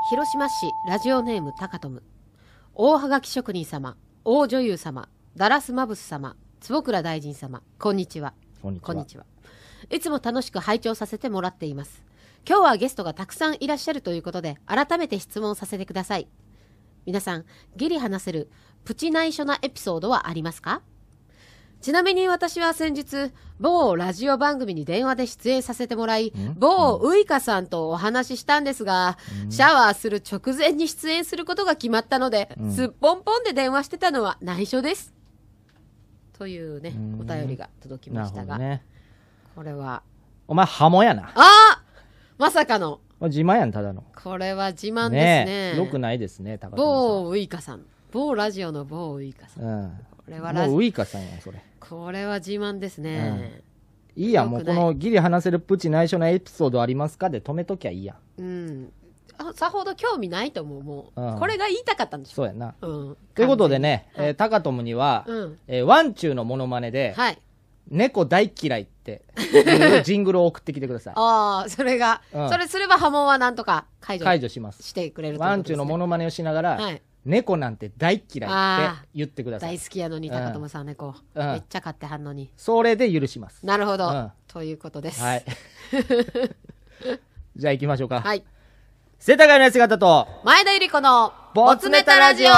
広島市ラジオネーム高トム大はがき職人様大女優様ダラスマブス様坪倉大臣様こんにちはこんにちこは。んにちは。いつも楽しく拝聴させてもらっています。今日はゲストがたくさんいらっしゃるということで、改めて質問させてください。皆さん、ギリ話せるプチ内緒なエピソードはありますかちなみに私は先日、某ラジオ番組に電話で出演させてもらいん、某ウイカさんとお話ししたんですが、シャワーする直前に出演することが決まったので、うんすっぽんぽんで電話してたのは内緒です。というね、お便りが届きなるましほたどが、ね。これは。お前、ハモやな。あまさかの。お前自慢やん、ただの。これは自慢ですね。よくないですね、高某ウイカさん。某ラジオの某ウイカささん。ん。うん。これはラジもうウイカさんやん、それ。これは自慢ですね。いいやん、もようくなこいのギリ話せるプチ内緒なエピソードありますかで止めときゃいいやん。うん。あさほど興味ないと思う。もう、うんこれが言いたかったんでしょ。そうやな。うん。ということでね、完全にえータカトムには、うんえーワンチューのモノマネで、はい。猫大嫌い っていうジングルを送ってきてください。ああ、それが、うんそれすれば波紋はなんとか解解除除します。してくれるというワことンチューのモのノマネをしながら、はい猫なんて大嫌いっあて言ってください大。好きやのに、うん高友さん猫、うんめっちゃ買ってはんのに。それで許します。なるほど。うんということです。 はい。 じゃあ行きましょうか。はい。世田谷のやつ方と、前田ゆり子のボツネタラジオ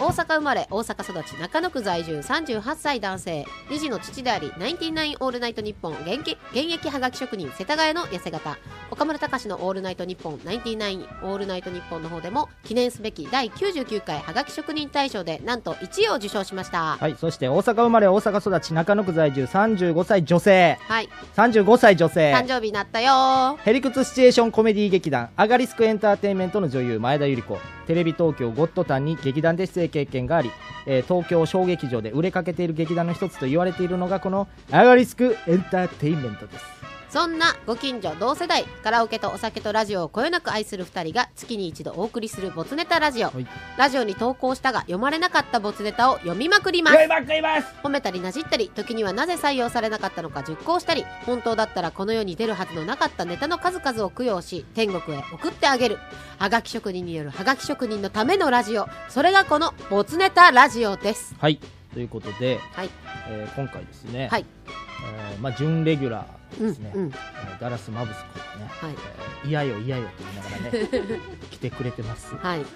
大阪生まれ大阪育ち中野区在住38歳男性2児の父でありナインティナインオールナイトニッポン現役現役はがき職人世田谷の痩せ方岡村隆史のオールナイトニッポンナインティナインオールナイトニッポンの方でも記念すべき第99回はがき職人大賞でなんと1位を受賞しましたはい、そして大阪生まれ大阪育ち中野区在住35歳女性、はい35歳女誕性、生日になったよヘリクツシチュエーションコメディ劇団アガリスクエンターテインメントの女優前田由里子テレビ東京ゴッドタンに劇団で出演経験があり、えー東京小劇場で売れかけている劇団の一つと言われているのがこのアガリスクエンターテインメントですそんなご近所同世代カラオケとお酒とラジオをこよなく愛する2人が月に一度お送りするボツネタラジオ、はいラジオに投稿したが読まれなかったボツネタを読みまくります食いまくります褒めたりなじったり時にはなぜ採用されなかったのか熟考したり本当だったらこの世に出るはずのなかったネタの数々を供養し天国へ送ってあげるはがき職人によるはがき職人のためのラジオそれがこの「ボツネタラジオ」ですはいということで、はいえー今回ですね、はいえーまあ、準レギュラーうんですね、うんえーダラス・マブス君がね、はいえーいやよいやよと言いながらね 来てくれてますはいあり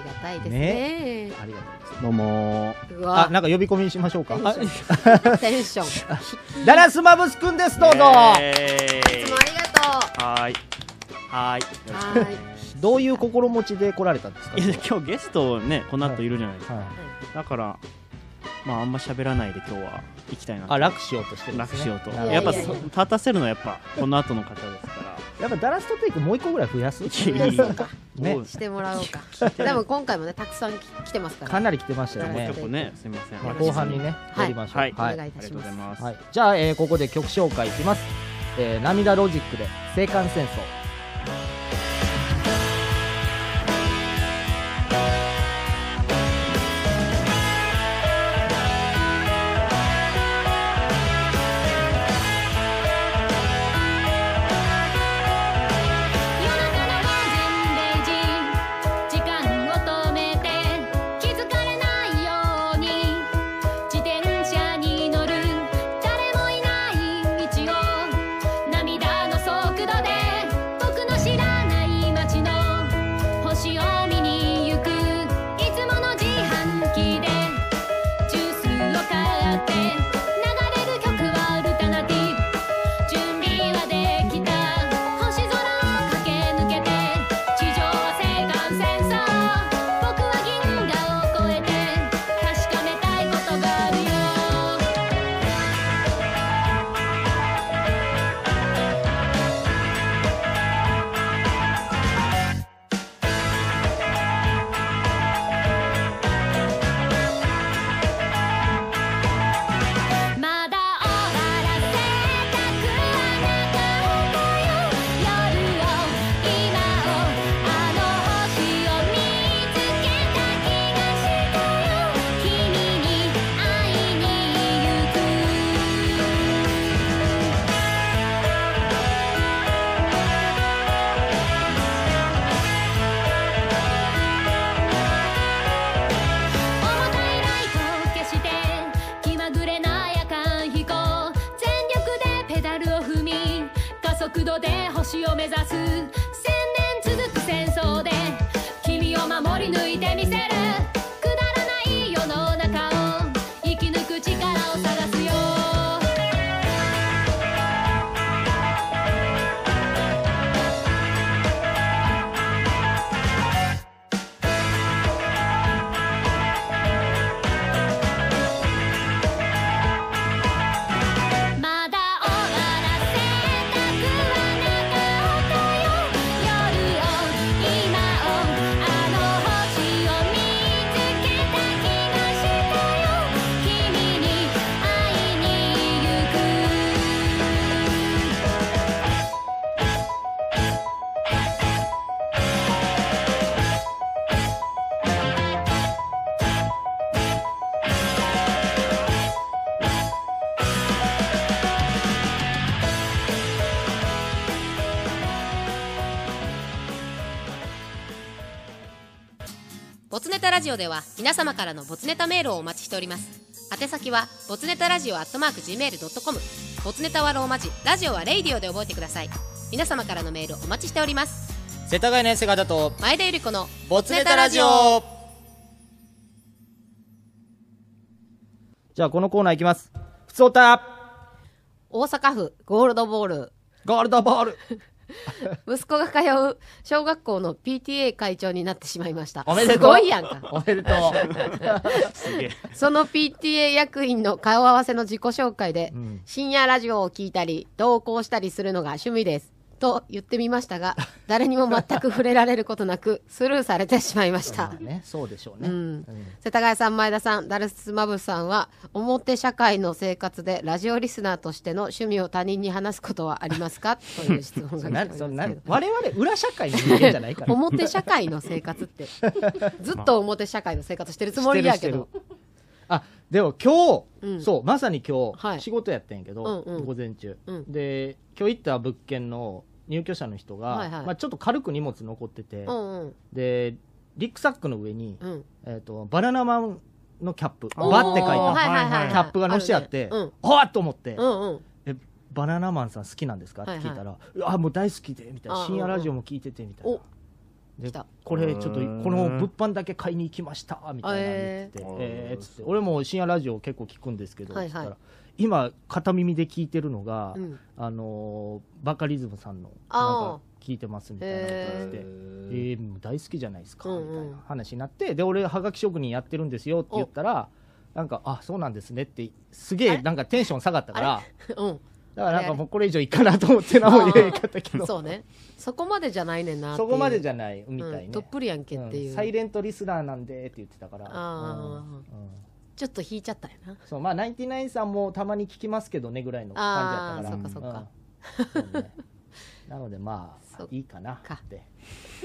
がたいですねありがとうございますどうもーうあわなんか呼び込みしましょうかあテンショ ンダラス・マブス君ですどうぞ、えいーつもありがとうはーいはーいよろしくお願いしますどういう心持ちで来られたんですかいや今日ゲストねこの後いるじゃないですか、はい、だからまああんま喋らないで今日は行きたいなあ楽しようとしてるんです、楽ね、しようとなるほどやっぱいやいそやいや立たせるのはやっぱこの後の方ですかやっぱダラストテイクもう一個ぐらい増やすらいやいや ねもうしてもらおう かでも今回もねたくさんき来てますからかなり来てましたよねちねょっとねすみませんはい後半にねはいやりましょうはいお願あいいたりがしとうごまざいすます、はい、じゃあ、えーここで曲紹介いきます、えー涙ロジックで「青函戦争」世の中は全米人時間を止めて気づかれないように自転車に乗る誰もいない道を涙の速度で届速度で星を目指す千年続く戦争で君を守り抜いてみせるくだらない世の中を生き抜く力を探すよまだ終わらせたくはなかったよ夜を今をあの星を見つけた気がしたよ君に会いに行くボツネタラジオでは皆様からのボツネタメールをお待ちしております宛先はボツネタラジオアットマーク Gmail.com ボツネタはローマ字ラジオはレイディオで覚えてください皆様からのメールお待ちしております世田谷の痩せ方と前田ゆり子のボツネタラジオじゃあこのコーナーいきますふつおた大阪府ゴールドボールゴールドボール息子が通う小学校の PTA 会長になってしまいましたおめでとうすごいやんかおめでとうすげえ。その PTA 役員の顔合わせの自己紹介で、うん深夜ラジオを聞いたり同行したりするのが趣味ですと言ってみましたが誰にも全く触れられることなくスルーされてしまいましたまあねそうでしょううね、ん、世田谷さん前田さんダルスマブさんは表社会の生活でラジオリスナーとしての趣味を他人に話すことはありますかという質問が来ておりなますそけなど我々裏社会の人間じゃないから 表社会の生活って ずっと表社会の生活してるつもりやけしどてるしてるあでも今日、うんそうまさに今日、はい仕事やったんやけど、うんうん午前中、うんで今日行った物件の入居者の人が、はいはいまあ、ちょっと軽く荷物残ってて、うんうんでリュックサックの上に、うんえー、とバナナマンのキャップ「おーバ」って書いた、あはいはいはいはいキャップが載せてあってるね「あっ!」と思って、うんうんうんえ「バナナマンさん好きなんですか?」って聞いたら「あもう大好きで」みたいあなー深夜ラジオも聞いててみたいなお。で来たこれちょっとこの物販だけ買いに行きましたみたいなの言ってて、えーえーっつって俺も深夜ラジオ結構聞くんですけど、はいはいつったら今片耳で聞いてるのが、うんあのーバカリズムさんのなんあーか聞いてますみたいなこと言っててへえーもう大好きじゃないですかうんうみんたいな話になってで俺はがき職人やってるんですよって言ったらなんかあそうなんですねってすげえなんかテンション下がったからうんだからなんかもうこれ以上いいかなと思って何も言えなかったけどそうねそこまでじゃないねんなっていそうこまでじゃないみたいね、うんどっぷりやんけっていう、んサイレントリスナーなんでって言ってたからあうんうんちょっと引いちゃったよなそうまあナインティナインさんもたまに聞きますけどねぐらいの感じだったからあーそっかうんそうねなのでまあそっかいいかなって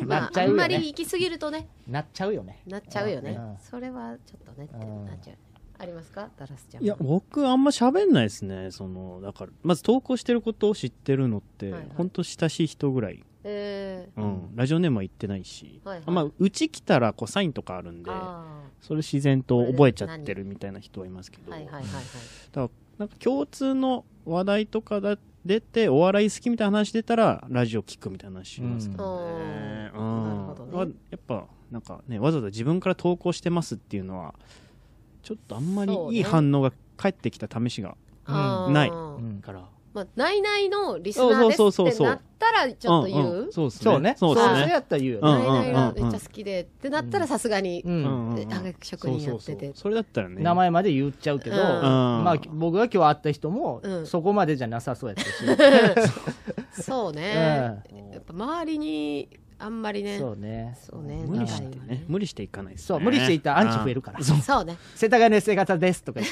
まなあっちゃあうんよまりね行き過ぎるとねなっちゃうよねなっちゃうよね、うんそれはちょっとねってうんなっちゃう、ありますかダラスちゃんいや、僕、あんま喋んないですね。その、だから、まず投稿してることを知ってるのって、はいはいほんと親しい人ぐらい。えーうん。ラジオネームは言ってないし。はいはいまあ、うち来たら、こう、サインとかあるんで、あそれ自然と覚えちゃってるみたいな人はいますけーど。はいはいはいはいなんか共通の話題とかだ出てお笑い好きみたいな話出たらラジオ聞くみたいな話しますけどね。ううんんなるほどねはやっぱなんかねわざわざ自分から投稿してますっていうのはちょっとあんまりそうねいい反応が返ってきた試しがあーないうんから。まあ、ないないのリスナーそうそうそうですってそうなったらちょっと言う,、んんそうですね。そうねそそううでですすあねそーれね。やったら言うようんねないないがめっちゃ好きで、ってなったらさすがに、うんうんうんあの職人やっててそれだったらね。名前まで言っちゃうけど、うんまあ僕が今日会った人もうんそこまでじゃなさそうやったし、 そうね、うやっぱ周りにあんまりねん、そうねそうね無理して仲いいね無理していかないですねそう無理していったらアンチ増えるからそうそうね世田谷の S 型ですとか言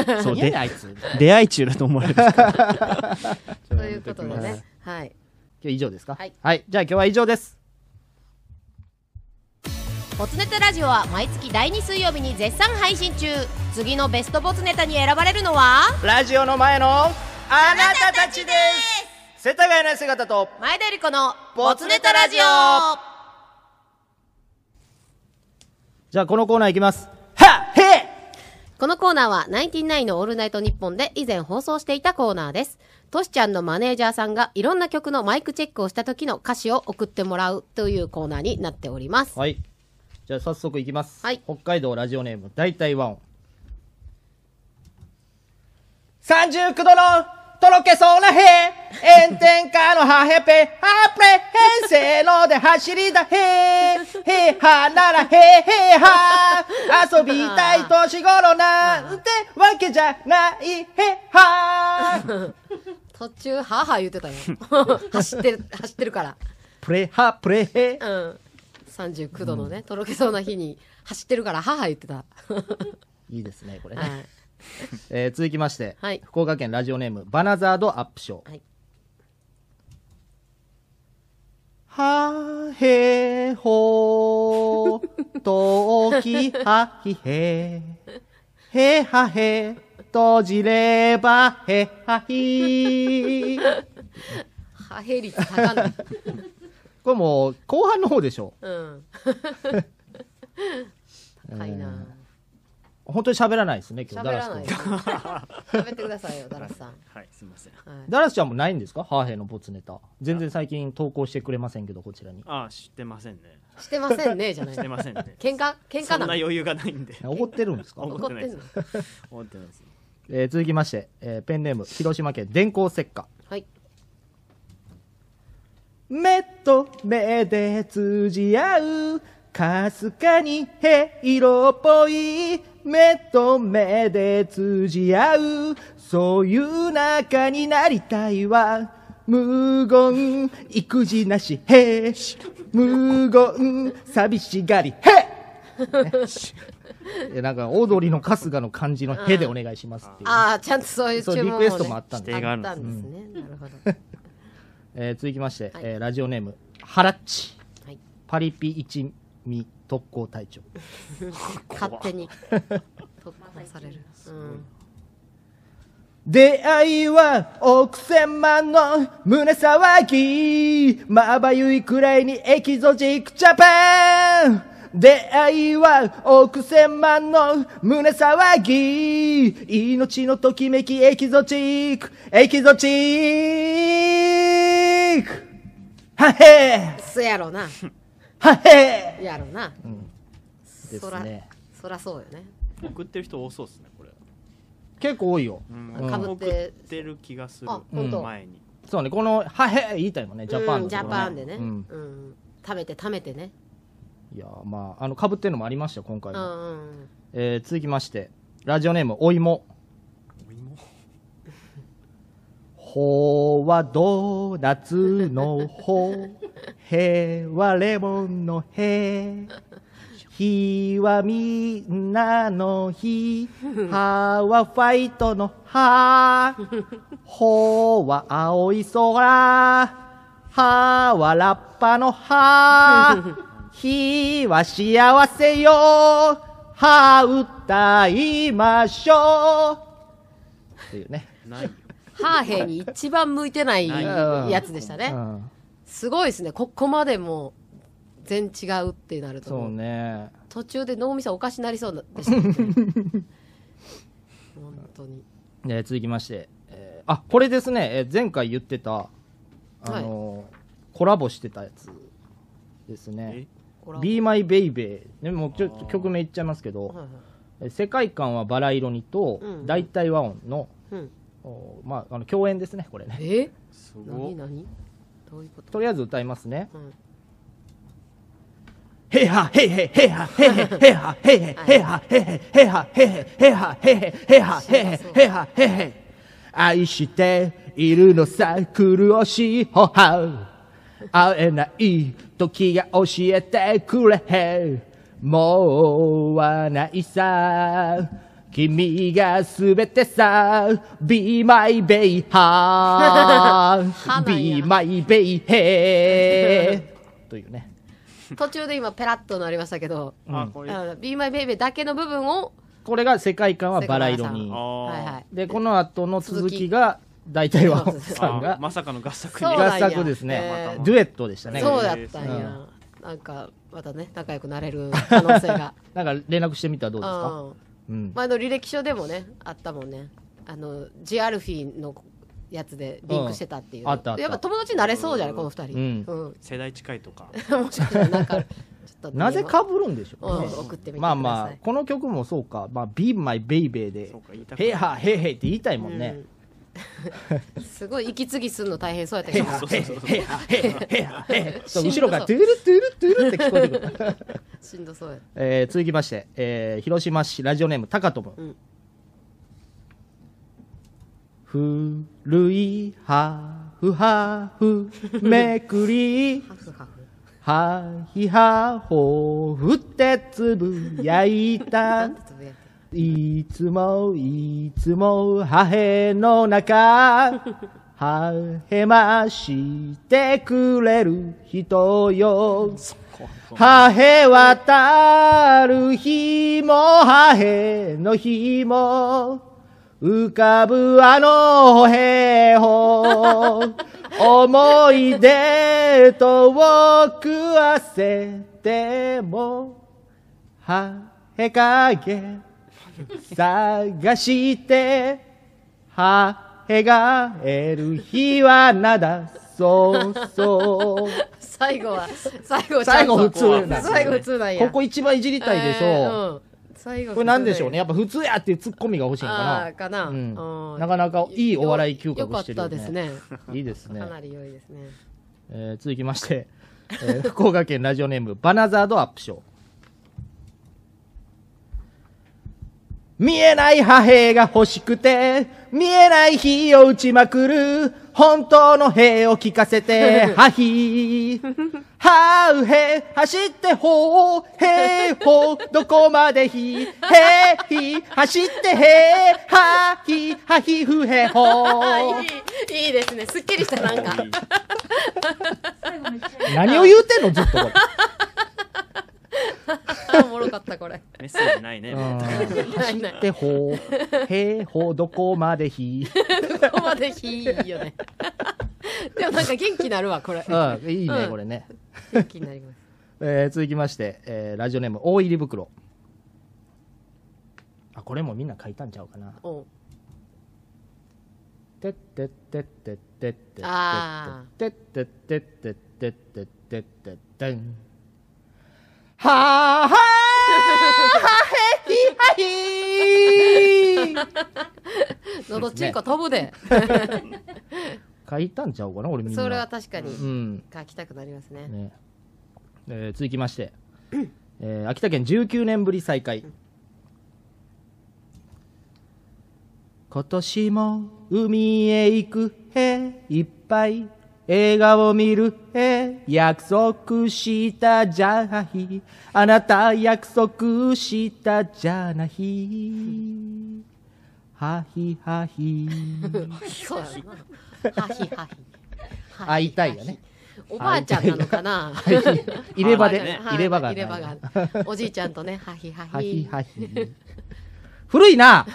ってそう何やねんあいつ出会い中だと思われるから ということでねはい今日以上ですかはいじゃあ今日は以上ですボツネタラジオは毎月第2水曜日に絶賛配信中次のベストボツネタに選ばれるのはラジオの前のあなたたちです世田谷の姿と前田理子のボツネタラジオじゃあこのコーナーいきますはっへこのコーナーは、ナインティナインのオールナイトニッポンで以前放送していたコーナーです。トシちゃんのマネージャーさんがいろんな曲のマイクチェックをした時の歌詞を送ってもらうというコーナーになっております。はい。じゃあ早速いきます。はい北海道ラジオネーム、大体ワン。 39度のとろけそうなへ炎天下のハヘペハプレへんせーので走りだへへーはーならへへーはー遊びたい年頃なんてわけじゃないへはー途中、はぁはぁ言って たよ。走ってる、走ってるから。プレハ、プレヘ。うん。39度のね、とろけそうな日に走ってるから、はぁはぁ言ってた。いいですね、これね。はい。えー続きまして、はい福岡県ラジオネーム、バナザードアップショー。はへほときはひへへはへ閉じればへはひはへ率高ない。これもう後半の方でしょうん。高いな。本当に喋らないですね今日喋らないよ。ダラス喋ってくださいよ、ダラスさん。はい、すみません。君ダラスちゃんもないんですかハーヘのボツネタ全然最近投稿してくれませんけどこちらにああ、知ってませんね。してませ んね、じゃない。知って喧ませんね。嘩喧そ嘩んななの余裕がないんで。 怒ってるん ですか怒怒っっててなんいですの思ってないです。えー続きまして、えーペンネーム広島県電光石火はい。 目と目で通じ合うかすかに色っぽい目と目で通じ合うそういう仲になりたいわ無言育児なしへえ無言寂しがりへえなんかオードリーの春日の感じの「へ」でお願いしますっていうああ、ちゃんとそういうそう注リ文をクねエストもあったんで指定がああっるんですたねんですね。なるほど。えー続きまして、はいえーラジオネームハラッチはい。パリピ一味特攻隊長 勝手に。特攻される。うん。出会いは億千万の胸騒ぎまばゆいくらいにエキゾチックジャパン出会いは億千万の胸騒ぎ命のときめきエキゾチックエキゾチックはへーそやろな。はへやろな。ーでそすらね、そらそうよね。送ってる人多そうですね、これ。結構多いようんかぶっ送てってる気がする。あ本当前に。そうね、この、はへ、言いたいもんね、ジャパンうのんとジころ、ャパンでね。ううんん。貯めて貯めてね。いやー、まあ、あの、かぶってるのもありましたよ、今回うも。んうん。えー続きまして、ラジオネーム、お芋。お芋ほはドーナツのほ、へはレモンのへ、ひはみんなのひ、ははファイトのは、ほは青い空、ははラッパのは、ひは幸せよ、は歌いましょう。っていうね。ないよ。ハーヘイに一番向いて ないやつでしたねう。んすごいですね。ここまでもう全違うってなるとそうね。途中で脳みそおかしなりそうでし たね 本当にえー続きまして、えーあこれですね、えー前回言ってた、あのーコラボしてたやつですねえ、これは Be My Baby、ね、もうちょっと曲名言っちゃいますけど、はいはいえー世界観はバラ色にと、うん大体和音の、うん、おーまあ、あの共演ですね、これね。えす何ご何どういうこととりあえず歌いますね。うんへはへへへはへへ へはへへへはへへへはへへへはへへへはへへへはへへ愛しているのさ苦しいほは会えない時が教えてくれもうはないさ君がすべて さ Be my baby な ha んや Be my baby hey というね 途中で今ペラッとなりましたけどい。あ、こ「れ。ああの Be My Baby」だけの部分をこれが世界観はバラ色に世界観あ。はいはいでこの後の続きが大体はそうさんあがまさかの合作そうにだ合作ですねえーデュエットでしたねそうこだったんや、 なんかまたね仲良くなれる可能性がれなんか連絡してみたらどううですかんうん前の履歴書でもねあったもんねあのジアルフィーのやつでリンクしてたっていう、うんあったあったやっぱ友達になれそうじゃないこの二人うん、世代近いとかもしかしたらなんかちょっとなぜかぶるんでしょううねん送ってみてくださいまあまあこの曲もそうか「まあ、Be My Baby」でそうか言「いたくなへいいはへいへい」って言いたいもんね、うん、すごい息継ぎすんの大変そうやったへけい どはへい へいはへいへいはへいへいそうしんど後そうろから「トゥルトゥルトゥル」って聞こえてくる しんどそうやえー続きまして、えー広島市ラジオネーム高友、うん古いハフハフめくりハフハフハヒハホ振ってつぶやいなたんてつぶやいていつもいつもハヘの中ハヘましてくれる人よハヘ渡る日もハヘの日も浮かぶあのほへほ思い出とくわせてもはへかげ探してはへがえる日はなだそうそう最後は最後ちゃ最んと後普通なんですね最後普通なんやここ一番いじりたいでしょ、えーうん最後これなんでしょうねやっぱ普通やっていうツッコミが欲しいのああかーかな、うんうなかなかいいお笑い嗅覚してるよよかねったですねないいですねか、なり良いです ねえー続きまして、えー福岡県ラジオネームバナザードアップショー見えない破兵が欲しくて、見えない火を打ちまくる、本当の兵を聞かせて、はひー。はうへ、走ってほう、へーほう、どこまでひ、へーひ、走ってへー、はひ、はひふへほー。いいいいですねすっきりしたなんか何を言うてんのずっとこれ。おもろかったこれメッセージないねないないでほう、へーほう、どこまでひ。ここまでいいよねでもなんか元気になるわこれうん、いいねう、んこれね。元気になりますえー続きまして、えーラジオネーム、大入り袋。あ、これもみんな書いたんちゃうかな。おうてってってってってって。あてってってってってってってってってん。 はーはーはへひはひ喉チンコ飛 ぶで書いたんちゃうかな、俺みんな。それは確かにうん。書きたくなりますねねえー続きまして、えー秋田県19年ぶり再開今年も海へ行くへいっぱい映画を見るへ約束したじゃないあなた約束したじゃないはひはひそうやなはひはひあいたいよねおばあちゃんなの かな入れ歯で、はい入れ歯が入れない歯がおじいちゃんとねはひははひひはひ。古いな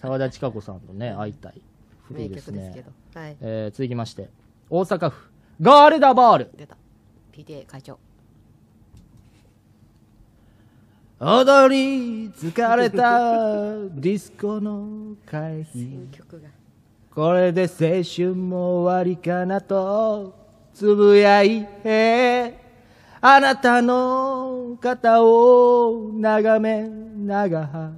沢田千佳子さんとね、会いたい。古名いです曲ですけねど。はいえー続きまして、大阪府、ゴールドボール。出た PTA 会長踊り疲れたディスコの会議。曲がこれで青春も終わりかなと、つぶやいて、あなたの肩を眺めながら、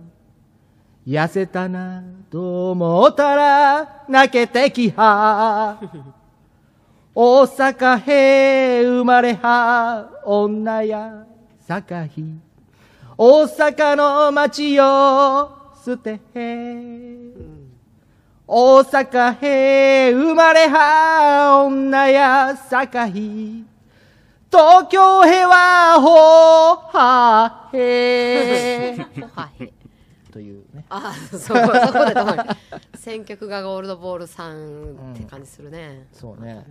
痩せたなと思ったら、泣けてきは。 大阪へ生まれは、女や堺。大阪の街を捨てへ。大阪へ生まれは女や堺東京へはほはへほはへというねあそこそこで止まる選曲がゴールドボールさんって感じするね、そうね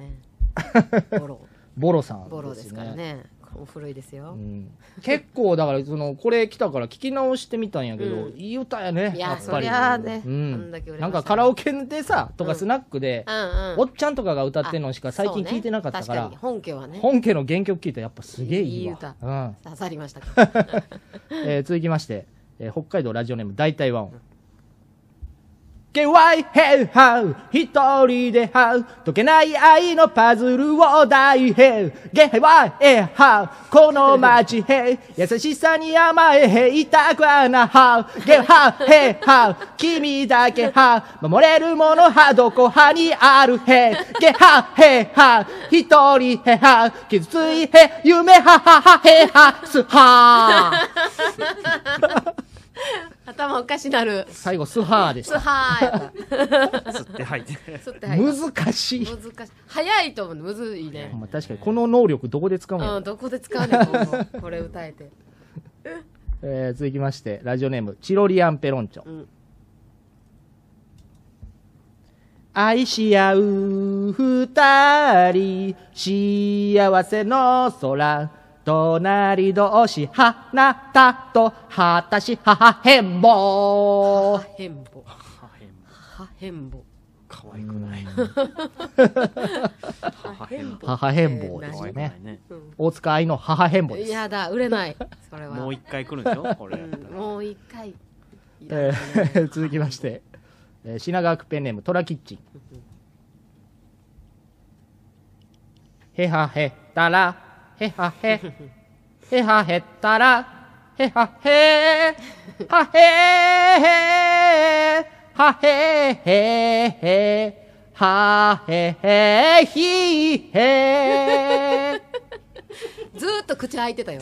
またボロボロさんボロですからねこれも古いですよ、うん結構だからそのこれ来たから聞き直してみたんやけど、うんいい歌やねいややっぱりそりゃあねうあんんだけ売れましたねなんかカラオケでさとかスナックでう、んうんおっちゃんとかが歌ってるのしか最近聞いてなかったから、そうね確かに本家はね本家の原曲聞いたらやっぱすげえいいわいい歌うん刺さりましたかえー続きまして、えー北海道ラジオネーム大体ワン。 KY ヘウハウ一人でハウ解けない愛のパズルを大ヘウゲヘワエハウこの街ヘウ優しさに甘えへいたくはなハウゲハウヘハウ君だけハウ守れるものはどこはにあるヘウゲハウヘハウ一人ヘハウ傷ついヘ夢ハハハヘハスハー 頭おかしなる。最後、スハーでしすた。はーい。吸って吐いて。すって入った難しい。難しい。早いと思う。むずいねほん。ま確かに、この能力どこで使うのやろうん、どこで使うねん今後これ歌えて。えー続きましてラジオネームチロリアンペロンチョ、うん愛し合う二人幸せの空隣同士花たと果たし母変貌は変ぼ。は変ぼ。可愛くない。は変ぼ。母変貌ですよえーねね。大塚愛の母変貌何ですいやだ、売れない。それは。もう一回来るんでしょこれやったうんら。もう一回。いやえー続きまして、えー品川区ペンネームトラキッチンへはへったらへはへへはへったらへはへはへはへへへはへへひへ ずーっと口開いて たよ。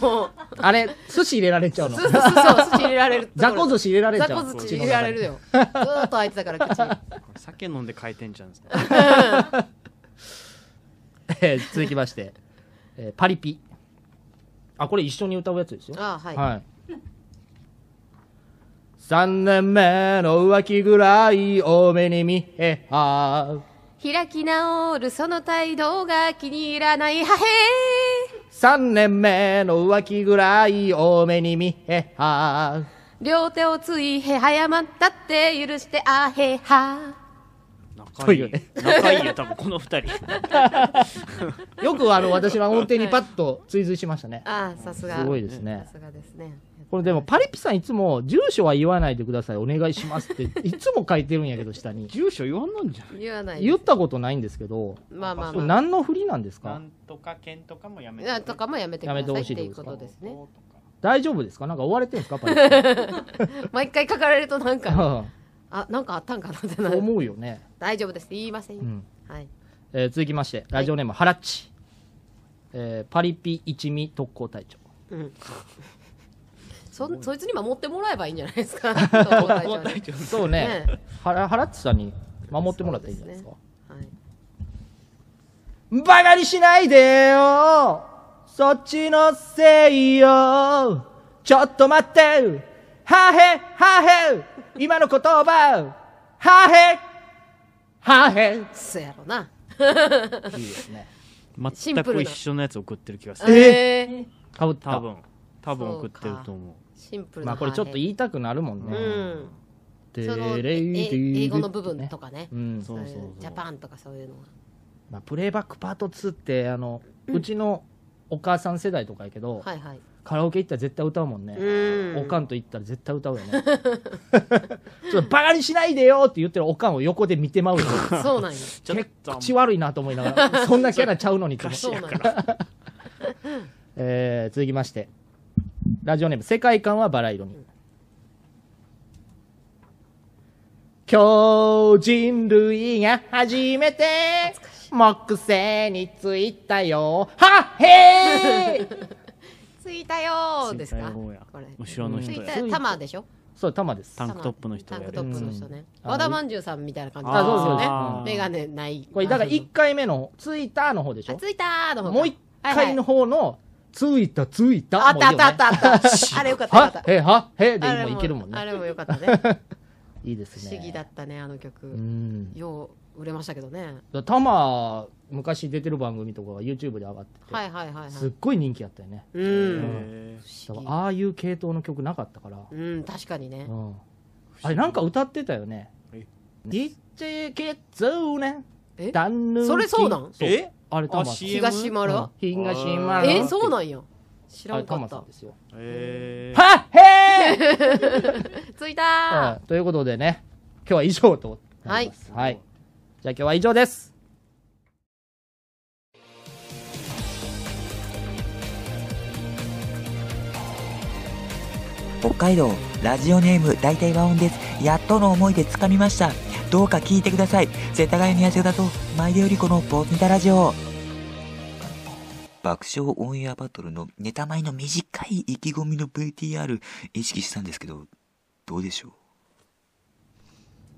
もう。あれ寿司入れられちゃうのそうそうそう、 寿司入れられるところ。ザコ寿司入れられちゃうザコ寿司入れられるよ。ずーっと開いてたから 口。これ酒飲んで回転じゃうんですか。 えー続きまして、えーパリピあこれ一緒に歌うやつですよああ、はい。はい、3年目の浮気ぐらい多めに見えは開き直るその態度が気に入らないはへ3年目の浮気ぐらい多めに見えはー両手をついへ早まったって許してあへは仲いそうよいね。 仲いいよ、多分この二人。よくあの私は音程にパッと追随しましたねああさすがすごいですねさすがですねこれでもパリピさんいつも住所は言わないでくださいお願いしますっていつも書いてるんやけど下に住所言わんなんじゃん。言わない言ったことないんですけどまあまあこれまあ何のふりなんですなかんとか県とかもやめいてやとかもやめてくださいやめてほしいっていっうてここととでですね大丈夫ですかなんか追われてるんですかパリピさん 毎回書かれるとなんかうんあなんかあったんかなってなる思うよね、大丈夫です言いませんようんはいえー続きましてラジオネームハラッチ、えーパリピ一味特攻隊長 うんそそいつに守ってもらえばいいんじゃないです かと思ったりしますそうねねハラハラッチさんに守ってもらったらいいんじゃないですかはいバカにしないでよそっちのせいよちょっと待ってはへはへ今の言葉はへはへそうやろ なっていいですねシ全ンプルくな一緒のやつ送ってる気がする。えーかぶった多分。多分送ってると思う。シンプルなまあこれちょっと言いたくなるもんうね、んテそのレえレえ英語の部分とかねうんそうそうそうジャパンとかそういうのはまあ、プレイバックパート2ってあの、うちのお母さん世代とかやけど、はいはいカラオケ行ったら絶対歌うもんね、うおんかんと行ったら絶対歌うよねちょっとバカにしないでよって言ってるおかんを横で見てまうよ そうなんやちょっ結と構口悪いなと思いなが らそんなキャラちゃうのにと思ってそうなんや えー続きましてラジオネーム「世界観はバラ色に」今日人類が初めて木星についたよはっ へー着いたよーです着いかたよーやこれ後ろの人着いや。た玉でしょそう玉ですタンクトップの人タがンやクるやトつップの人ねうん和田まんじゅうさんみたいな感じあそうそうですあよーねメガネないこれだから1回目の「ついた」の方でしあょ着いたーの方もう1回の方の「ついたついた」あもっいいたよねあったあったあ ったあれよかったよかはっっへはっへでたあれ今いけるもんあねれもよかったね いいです不ね思議だったねあの曲うんよう売れましたけどねだからタマ昔出てる番組とかが YouTube で上がってて、はいはいはいはいすっごい人気やったよねうんへだ不から思議ああいう系統の曲なかったから、うん確かにねうんあれなんか歌ってたよねえ「DJ ケツーねえダンヌンキそれそうなんえあれタマあ CM 東丸は東丸えそうなんや知あられんかタっマさたんですよ、えー、はへー ついたうんということでね今日は以上となります、ははい、じゃあ今日は以上です北海道ラジオネーム大体和音ですやっとの思いでつかみましたどうか聞いてください世田谷の痩せだと前田由里子のボンネタラジオ爆笑オンエアバトルのネタ前の短い意気込みの VTR 意識したんですけどどうでしょう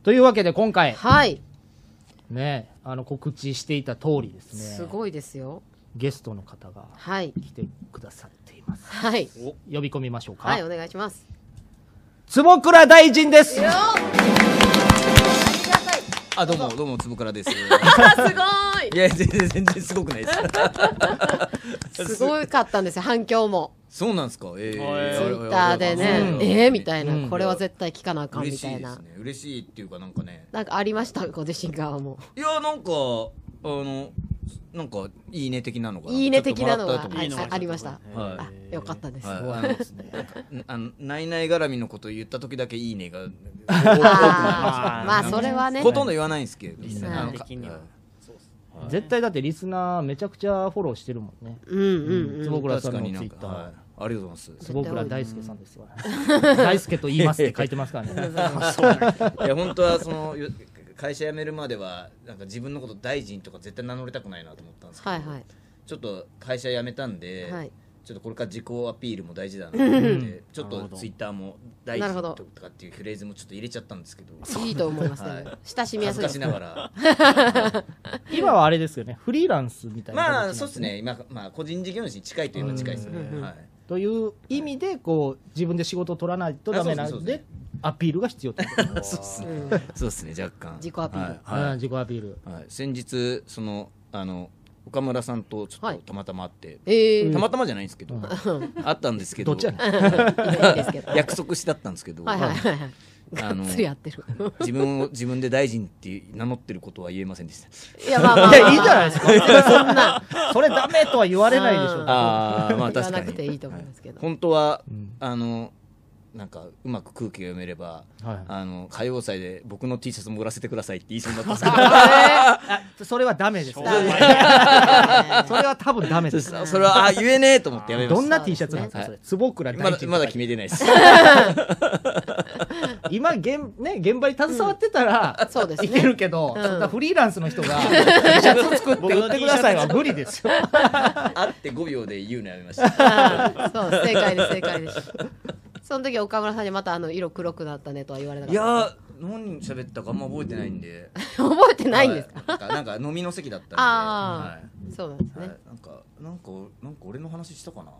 というわけで今回はいねあの告知していた通りですねすごいですよゲストの方がはい来てくださっていますはいお呼び込みましょうか、はいお願いします坪倉大臣ですよっありがたいあどうもどうもつぶからですい あすごいや全然全然すごくないです すごかったんですよ、反響も。そうなんですかえツえイッターでね、うんえーみたいな、うんこれは絶対聞かなあかんみ嬉たしいいでな。すね嬉しいっていうかなんかねなんかありました、ご自身側も。いやなんかあのなんかいいね的なのがいいね的なのがはいあありました。はいあよかったです。あごいのですねあのないない絡みのことを言った時だけいいねが多くあーまなあ、それはね。ほとんど言わないんですけどリスあナのー的にははい絶対だってリスナーめちゃくちゃフォローしてるもんねうんうんうん。坪倉さんのツ確かイになんッかタはーいありがとうございます坪倉大輔さん ですよ大輔と言いますって書いてますから ねいや本当はそのよ会社辞めるまではなんか自分のこと大臣とか絶対名乗りたくないなと思ったんですけど、はいはい。ちょっと会社辞めたんで、はいちょっとこれから自己アピールも大事だなと思ってちょっなるとほどツイッターも大なるほ臣どとかっていうフレーズもちょっと入れちゃったんですけどいいと思いますはいね。親しみや恥すずいかですしなね。がら 今はあれですよねフリーランスみたいな形まなんあそうですね今、まあ、個人事業主に近いといえば近いですよね、はい、という意味でこう自分で仕事を取らないとダメなあそんうですねそうででアピールが必要ってこ とそうですねうんそうですね若干自己アピールはいうんは自己アピールいはい先日そのあの岡村さんとちょはっいとたまたま会って、ええ、たまたまじゃないんですけど、あったんですけどどっちやねんいいですけど。はい約束してだったんですけど、はいはいはい。あがのっつりやってる。 自分を自分で大臣って名乗ってることは言えませんでした。いや、まあまあ。いやいいじゃない ですか。そんな。それダメとは言われないでしょううんああ、まあ言わ確かなに。くていいと思いますけどは本当は、んあのなんかうまく空気が読めれば、はいあの歌謡祭で僕の T シャツも売らせてくださいって言いそうになったんです けどあそれはダメですそれは多分ダメそうでですす、それはあ言えねえと思ってやめまどしんた。な T シャツなんですかそそうれで坪倉ま大だ臣まだ決めてないです。今現,、ね、現場に携わってたら、そうですねいけるけど、うんそんなフリーランスの人が T シャツ作って売ってくださいは無理で すよ。会って5秒で言うのやめました。はいそう正解です正解ですその時岡村さんにまたあの色黒くなったねとは言われなかいったやー何喋ったかあんま覚えてないんで。 覚えてないんですか、はいなんかなんか飲みの席だったんで。はあいあ、そうなんですはいね、なんかなんかなんか俺の話したかな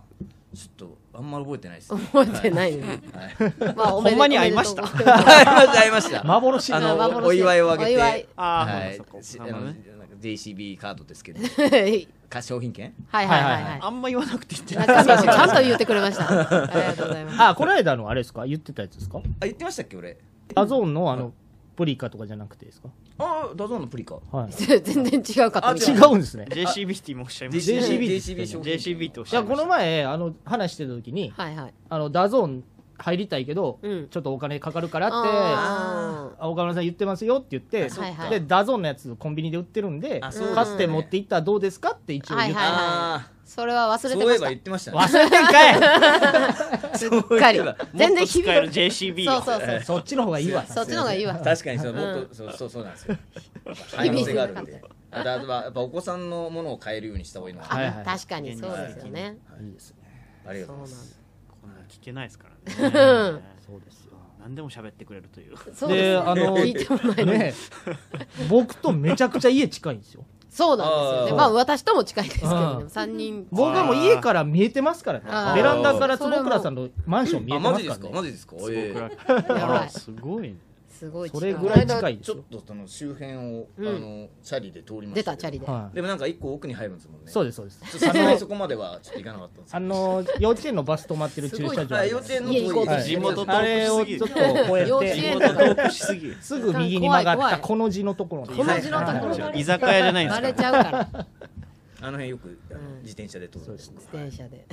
ちょっとあんまり覚えてないですね覚えてないね、はいまあおめでほんまに会いましたおめでとうございます 会いました会いま した幻あのの幻おお祝いをあげてお祝いあーはいそっかそしっあかのななるほどんかね JCB カードですけどはいか商品券はいはいはいあんま言わなくていいんじゃ懐ないかしいちゃんと言ってくれました ありがとうございますあこの間のあれですか言ってたやつですかあ言ってましたっけ俺アゾーンのあのプリカとかじゃなくてですか、あダゾーンのプリカはい、全然違うかったあみた違いなうんですね。 JCB って今おっしゃいました JCB JCB 商品券 JCB とおっいしゃやいまこしたの前あの話してた時にはいはいあのダゾーン入りたいけど、うんちょっとお金かかるからって。ああ岡村さん言ってますよって言って、はいはいでダゾーンのやつコンビニで売ってるんであそうですねかつて持っていったらどうですかって一応言って、はいはいあーそれは忘ーれそてういまえしばた言ってましたね忘れてんかいそういか りえば全も然っと響使えるく JCB そうがそうそうそっちの方がいいわそっちの方がいい わ確かにそうもっとそうそうそうなんですよ汎用性があるんであとはやっぱお子さんのものを買えるようにした方がいいのかあ、なはいはい確かにそうですよね、いいですねありがそとううなごんざいだますこんなの聞けないですからねそうですよ何でも喋ってくれるというそうですで、ねあの、聞いてもないのにね、僕とめちゃくちゃ家近いんですよ。そうなんですよねあーまあ私とも近いですけうどねん三人僕はもう家から見えてますからねあ。ーベランダから坪倉さんのマンション見えあてまマすジかですらかね。マジですかえーやばあいらすごいねすごいそれ近ぐらいこの近い間でちすょっよ。とその周辺を、うんあのチャリで通りましたけ出どたチャリで、はい。でもなんか一個奥に入るんですもんねそうでです、そうです。すさすがにそこまではちょっと行かなかったんですあの、幼稚園のバス止まってる駐車場あある幼んで稚すよ園の家行こうとはい地元あれをちょっと超幼稚えて、園トークしすぎるすぐ右に曲がったこの字のところこの字のところはい居酒屋じゃないんですバかレらちゃうから あの辺よくあのうん自転車で通るんですね自転車で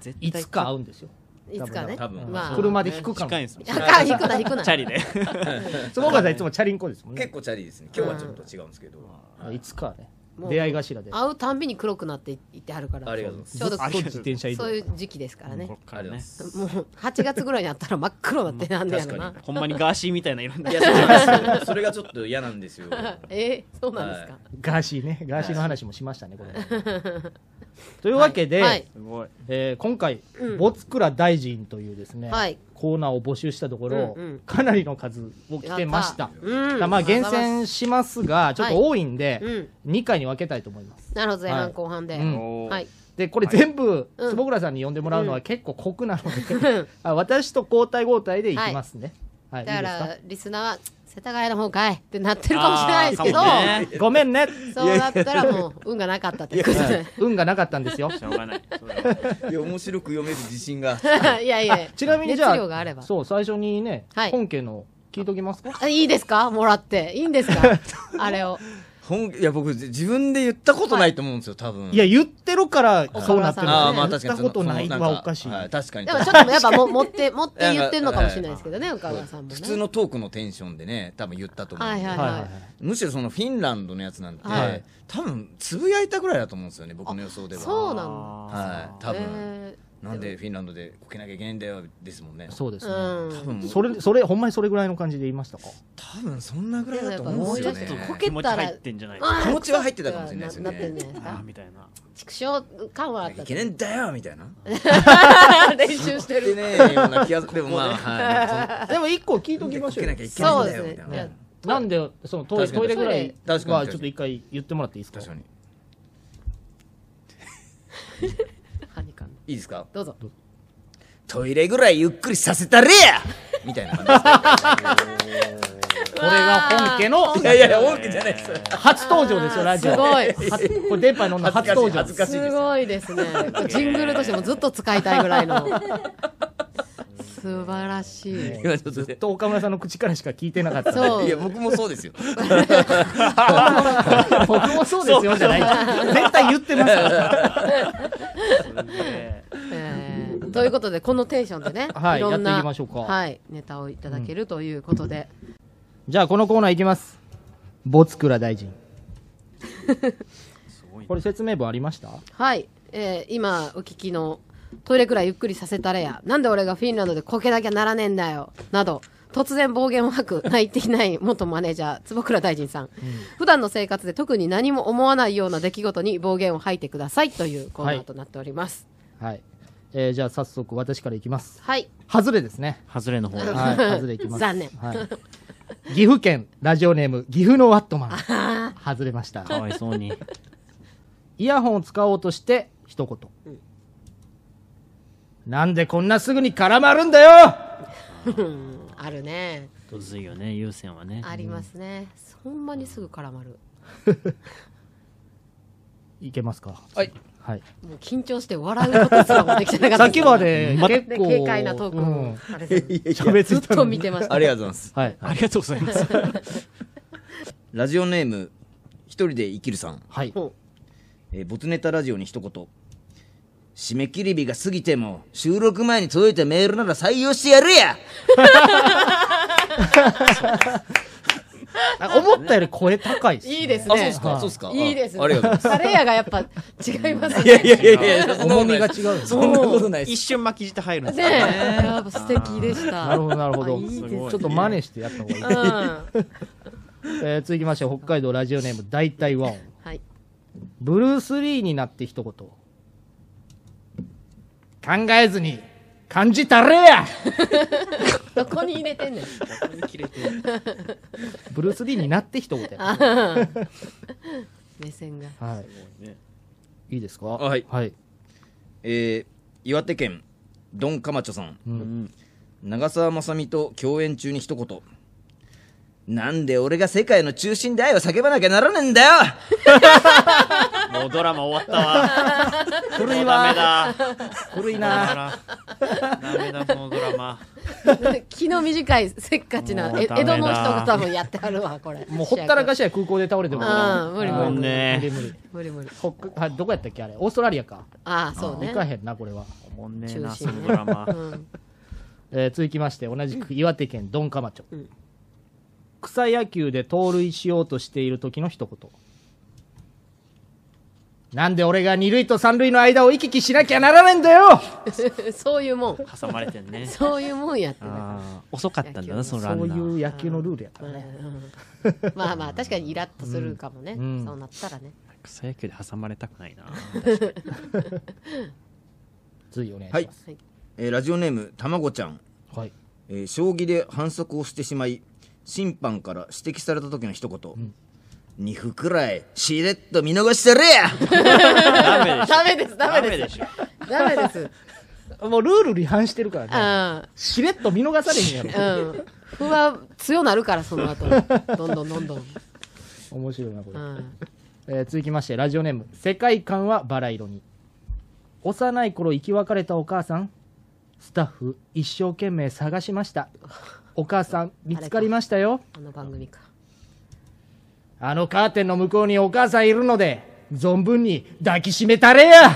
絶対いつか会うんですよいつかね多分まあ車で引くかも近いんですもんあかん引くな引くなチャリ で坪川さんいつもチャリンコですもん結ね構チャリですね今日はちょっと違うんですけどいつかねもう出会い頭で会うたんびに黒くなっていってはるからありがとうございますちょうどずっと自転車移動そういう時期ですからねこっからねもう8月ぐらいになったら真っ黒になってなんでやろなほんまにガーシーみたいな色にないるやそうなんですよそれがちょっと嫌なんですよ えー、そうなんですか、はガーシーねガーシーの話もしましたねこれというわけで、はいすごいえー今回、ボツクラ大臣というですね、はいコーナーを募集したところ、うんうんかなりの数を来てましたやったうんだからまあ厳選しますがちょっと多いんで、 うん2回に分けたいと思いますなるほど前は半い後半で、うんはいでこれ全部、うん坪倉さんに呼んでもらうのは結構酷なので、あ私と交代交代でいきますね、はいだかいいでらリスナーは世田谷の方かいってなってるかもしれないですけどあーかもねすかごめんねそうだったらもう運がなかったってことで運がなかったんですよしょうがないいや面白く読める自信が いやいや ちなみにじゃ熱量があればそう最初にね、はい本家の聞いときますかあいいですかもらっていいんですかあれを本いや僕自分で言ったことないと思うんですよ多分いや言ってるからそうなってる岡村さんあはあねまあ言っ確かたにことないそのなんはかおかしい、は確かにでもちょっとやっぱも持って持って言ってるのかもしれないですけどね岡そう村さんもね普通のトークのテンションでね多分言ったと思うんはでいはいはいははいいむしろそのフィンランドのやつなんて、はい多分つぶやいたぐらいだと思うんですよね僕の予想ではそうなんだはい多分、えなんでフィンランドでこけなきゃいけないんだよですもんねそうですね、ー多うん分それそれほんまにそれぐらいの感じで言いましたか多分そんなぐらいだと思うんですよねいややっぱ思い出すとこけ気持ち入ってんじゃないかあー気持ちは入ってたかもしれないですよねなってんじゃないですあーかみたいな畜生感はあっいたけねえんだよみたいな。練習してでるねえような気がする。でもまあ、はでも一個聞いときい。ましょこけうよなきゃいけないそんうだですよみねたいじゃなあ。なんでそのトイレ確かにトイレぐらい確かはにちょっと一回言ってもらっていいですか確かに。はにかんでいいですかどうぞトイレぐらいゆっくりさせたれやみたいな感じですね。 これが本家のいやいやいや、本家じゃないです。初登場ですよラジオすごいはこれ電波に乗るの初登場恥ずかしいですすごいですねジングルとしてもずっと使いたいぐらいの素晴らしい今ちょっとずねっと岡村さんの口からしか聞いてなかったそういや、僕もそうです よ。僕もそうですよじゃない絶対言ってますから えーということでこのテンションでね、はいろんなやっていきましょうかはい、ネタをいただけるということで、じゃあこのコーナーいきますボツクラ大臣これ説明文ありましたはい、えー今お聞きの「トイレくらいゆっくりさせたれやなんで俺がフィンランドでこけなきゃならねえんだよ」など突然暴言を吐く泣いていない元マネージャー坪倉大臣さん、普段の生活で特に何も思わないような出来事に暴言を吐いてくださいというコーナ ーとなっておりますはい、えーじゃあ早速私からいきますはい、ハズレですね外れの方はいハズレいきます 残念はい、岐阜県ラジオネーム岐阜のワットマン外れましたかわいそうにイヤホンを使おうとして一言、なんでこんなすぐに絡まるんだよあるねむずいよね優先はねありますね、そんなにすぐ絡まるいけますかはい。はいもう緊張して笑うことすらもできてなかったさっきまで結で構軽快なトークうんをされてる喋ってずったのとに見てましたありがとうございます。はいありがとうございます ラジオネーム、一人で生きるさん。はいほえー、ボツネタラジオに一言。締め切り日が過ぎても、収録前に届いたメールなら採用してやる やあ思ったより声高いです、ね、 いいですあ、そうでねすはか、いそうですか。いいですあありがとうございます。カレーヤがやっぱ違いますいやねいやいやいや、そんなことな重みいがで違すうよそんなことないで一す。瞬巻き舌入るんですねよえねやっぱ素敵でしたなるほどなるほどあいいですねちょっと真似してやった方がいい、うんは えー続きまして北海道ラジオネーム大体和音いブルース・リーになって一言考えずに感じたれやどこに入れてんね んブルース・リーになって一言や目線がはい。いいですか。はいはい。えー、岩手県、ドン・カマチョさん。うん長澤まさみと共演中に一言。なんで俺が世界の中心で愛を叫ばなきゃならねえんだよ もうドラマ終わ ったわ。古いわ。ダメだ。古いダな。メだ。ダメだ、このドラマ。 気の短いせっかちなもうえ江ダメだ戸の人が多分やってはるわこれ もうほったらかしや空港で倒れてもうん無理無理あーね無理無理無理無理ほっくあどこやったっけあれオーストラリアかああそう行ねかへんなこれは、おもんね中心ねうんえー続きまして同じく岩手県ドンカマチョ、うん草野球で盗塁しようとしている時の一言なんで俺が二塁と三塁の間を行き来しなきゃならないんだよ そういうもん挟まれてんねそういうもんやってだかああ遅かったんだなそのそランうナいーう野球のルールやかららね、うんまあまあ確かにイラッとするかもね、うんそうなったらね草野球で挟まれたく ないな次お願いします、はいえーラジオネームたまごちゃん、はいえー将棋で反則をしてしまい審判から指摘された時の一言、二歩くらいしれっと見逃してる やダメでしょダメですダメですしょダ メですもうルール違反してるからねあしれっと見逃されへんやろあうん不安強なるからその後どんどんどんどん、面白いなこれ、うん、えー続きましてラジオネーム「世界観はバラ色に」幼い頃生き別れたお母さんスタッフ一生懸命探しましたお母さん見つかりましたよあの番組かあのカーテンの向こうにお母さんいるので存分に抱きしめたれ や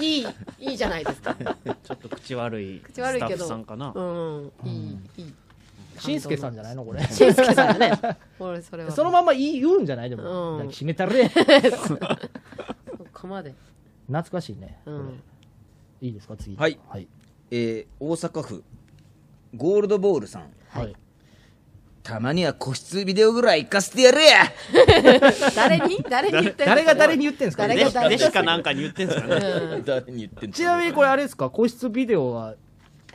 いいいいじゃないですかちょっと口悪いス口タ悪いッけフどさんかなうんいいいいしんすけさんじゃないのこれしんすけさ んだね俺それはそのまんま言い言うんじゃないでも、うん抱きしめた れや ここまで懐かしいね、うんいいですか次はいはい、えー大阪府ゴールドボールさんはい、たまには個室ビデオぐらい行かせてやるや 誰に誰に言ってんの誰が誰に言ってんすか誰が誰弟子かなんかに言ってんすかね誰に言ってんのちなみにこれあれですか個室ビデオは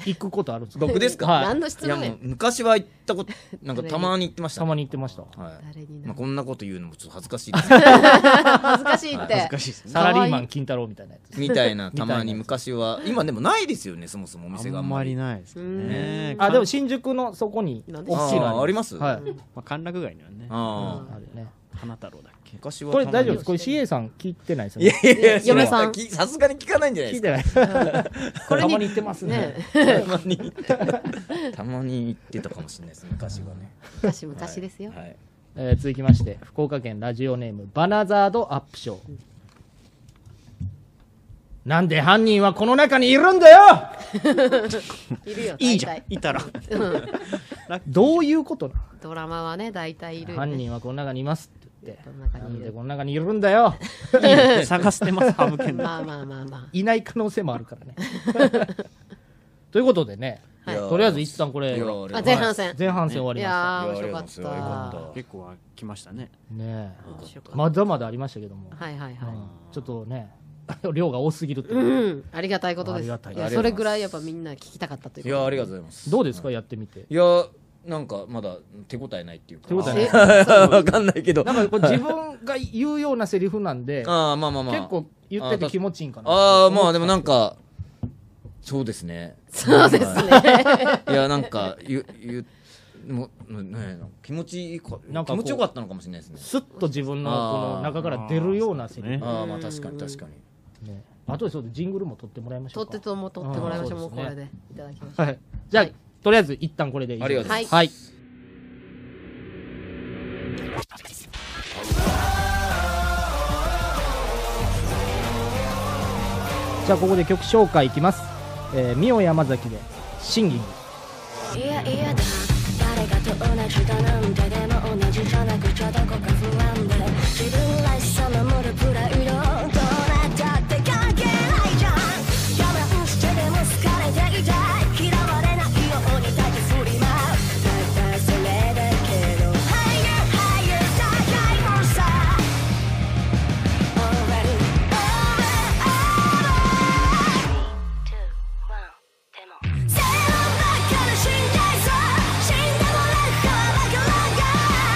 行くことあるんですか僕ですか、はい何の質いや問もやう昔は行ったことなんかたまに行ってましたたまに行ってましたはい誰にまなあ、こんなこと言うのもちょっと恥ずかしいですけど恥ずかしいって難しいですねサラリーマン金太郎みたいなやつみたいなたまみたいなにやつ昔は今でもないですよねそもそもお店があんまりないですけどねあでも新宿のそこになんで大きいのあーありますはいまあ歓楽街にはねあああるよね花太郎だっけ昔はこれた大まに丈夫ですこれ CA さん聞いてないですよいやねいやいや嫁さんそれはさすがに聞かないんじゃない聞でいすかてないこれたにまに行ってますねたねまに行ってたたまに行ってたかもしれないです昔はね昔昔ですよ、はいえー続きまして福岡県ラジオネームバナザードアップショーなんで犯人はこの中にいるんだよ い、るよいい大じゃん体いたらどういうことなのドラマはね大体いるよ犯ね人はこの中にいますってこの言って中なにんいでるこの中にいるんだ よ探してます省けんのまあまあまあまいない可能性もあるからね。 ということでね、はいとりあえず一旦これいやーああ前半戦前半戦終わありいまやー面いや白ありがとうござかいっますたよかった結構来ましたねした。ねえ面白かったまだまだありましたけども、はいはいはい、ちょっとね、 量が多すぎるってういう、ん、ありがたいことであす。りがたいやありがとうございますそれぐらいやっぱみんな聞きたかったといういかやありがとうございますどうですか、やってみて。いやなんかまだ手応えないっていうか手応えないえわかんない けどなんかこれ自分が言うようなセリフなんで、ああまあまあまあ結構言ってて気持ちいいんかな。ああまあでもなんかそうですねそうですね。いやなんかゆゆもうね気持ちいいかなん気かこう持ちよかったのかもしれないですねすっと自分のこの中から出るようなセリフ。あーああまあ確かに確かにねあとでそうでジングルも撮ってもらいましょ取うっか。てとも取ってもらいましょう。あもーうそうでこすねれでいただきましょう。はい。じゃあ、はいとりあえず一旦これで以上ありがとうございますはい。じゃあここで曲紹介いきます。えー、ミオ山崎でシンギング。いやいやだ誰かと同じだなんてでも同じじゃなくちゃどこか不安で自分らしさ守るプライドどうなったって関係ないじゃん我慢してでも好かれていたい嫌われないようにだけ振り回うたったそれだけど Higher higher 高いもんさ Already over over 背の中で死んじゃいそう死んでもらうほどが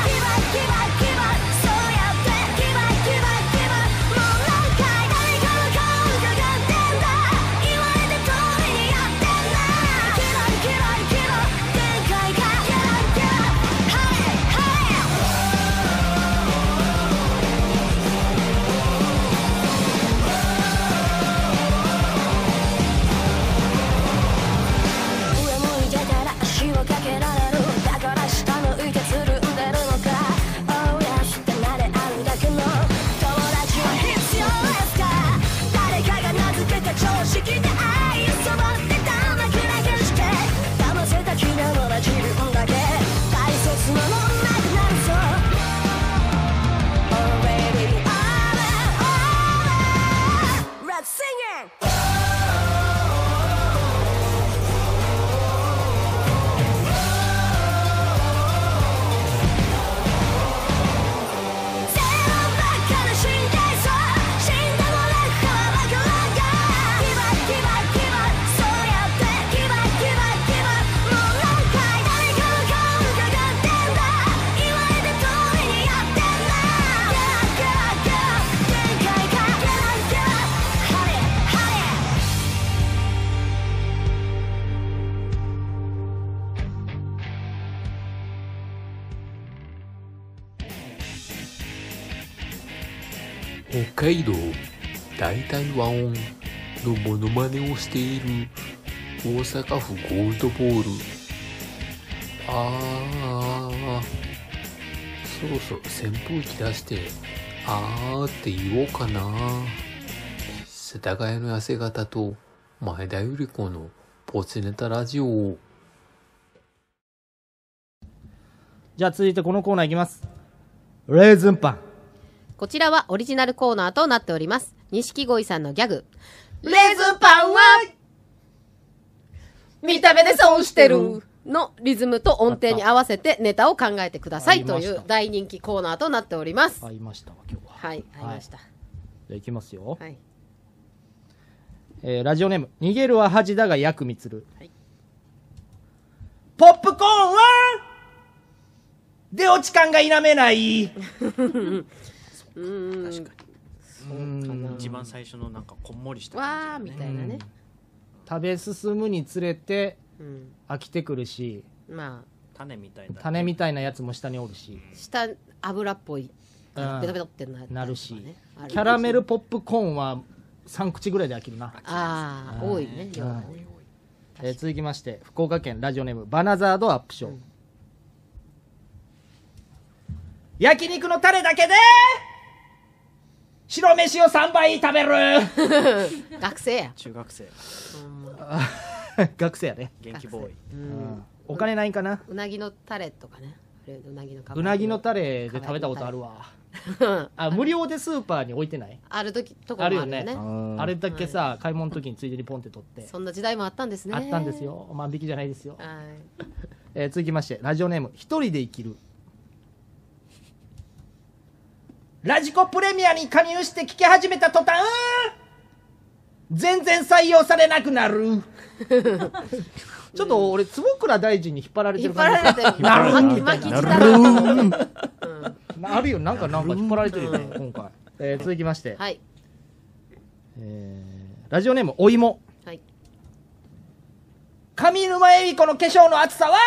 キバキバキバ北海道大体和音のモノマネをしている大阪府ゴールドボールあーあそろそろ扇風機出してあーって言おうかな世田谷の痩せ方と前田由里子のポツネタラジオをじゃあ続いてこのコーナーいきますレーズンパンこちらはオリジナルコーナーとなっております。錦鯉さんのギャグ。レーズンパンは見た目で損してるのリズムと音程に合わせてネタを考えてくださいといありまうした大人気コーナーとなっております。あいましたわ今日ははい、ありました。じゃあいきますよ、はい。えーラジオネーム逃げるは恥だが薬味つるポップコーンは出落ち感が否め ない確かに一番最初のなんかこんもりしたわー感みじだねたいなね。食べ進むにつれてうん。飽きてくるしま種みたいな種みたいなやつも下におるしあ、下、油っぽい。ベうんトベトってななるとかしねあキャラメルポップコーンは3口ぐらいで飽きるな、ああ、多いね、量がね。えー続きまして福岡県ラジオネームバナザードアップショー、焼肉のタレだけで白飯を3倍食べる 学生や。中学生 学生やね、元気ボーイうんお金ないんかなうなぎのタレとかね。あれうなぎのかばうなぎのタレで食べたことあるわあ無料でスーパーに置いてないある時とかもああるるよよねね。あれだけさ買い物の時についでにポンって取ってそんな時代もあったんですね。あったんです。よ万引きじゃないですよ、はい。えー続きましてラジオネーム一人で生きるラジコプレミアに加入して聞き始めた途端全然採用されなくなる ちょっと俺坪倉大臣に引っ張られて引るっ張ら感れてる。巻き巻きしたら。じなあるよなんかなんか引っ張られてるよね今回、えー続きまして、はい。えーラジオネームお 芋はい。上沼恵美子の化粧の厚さは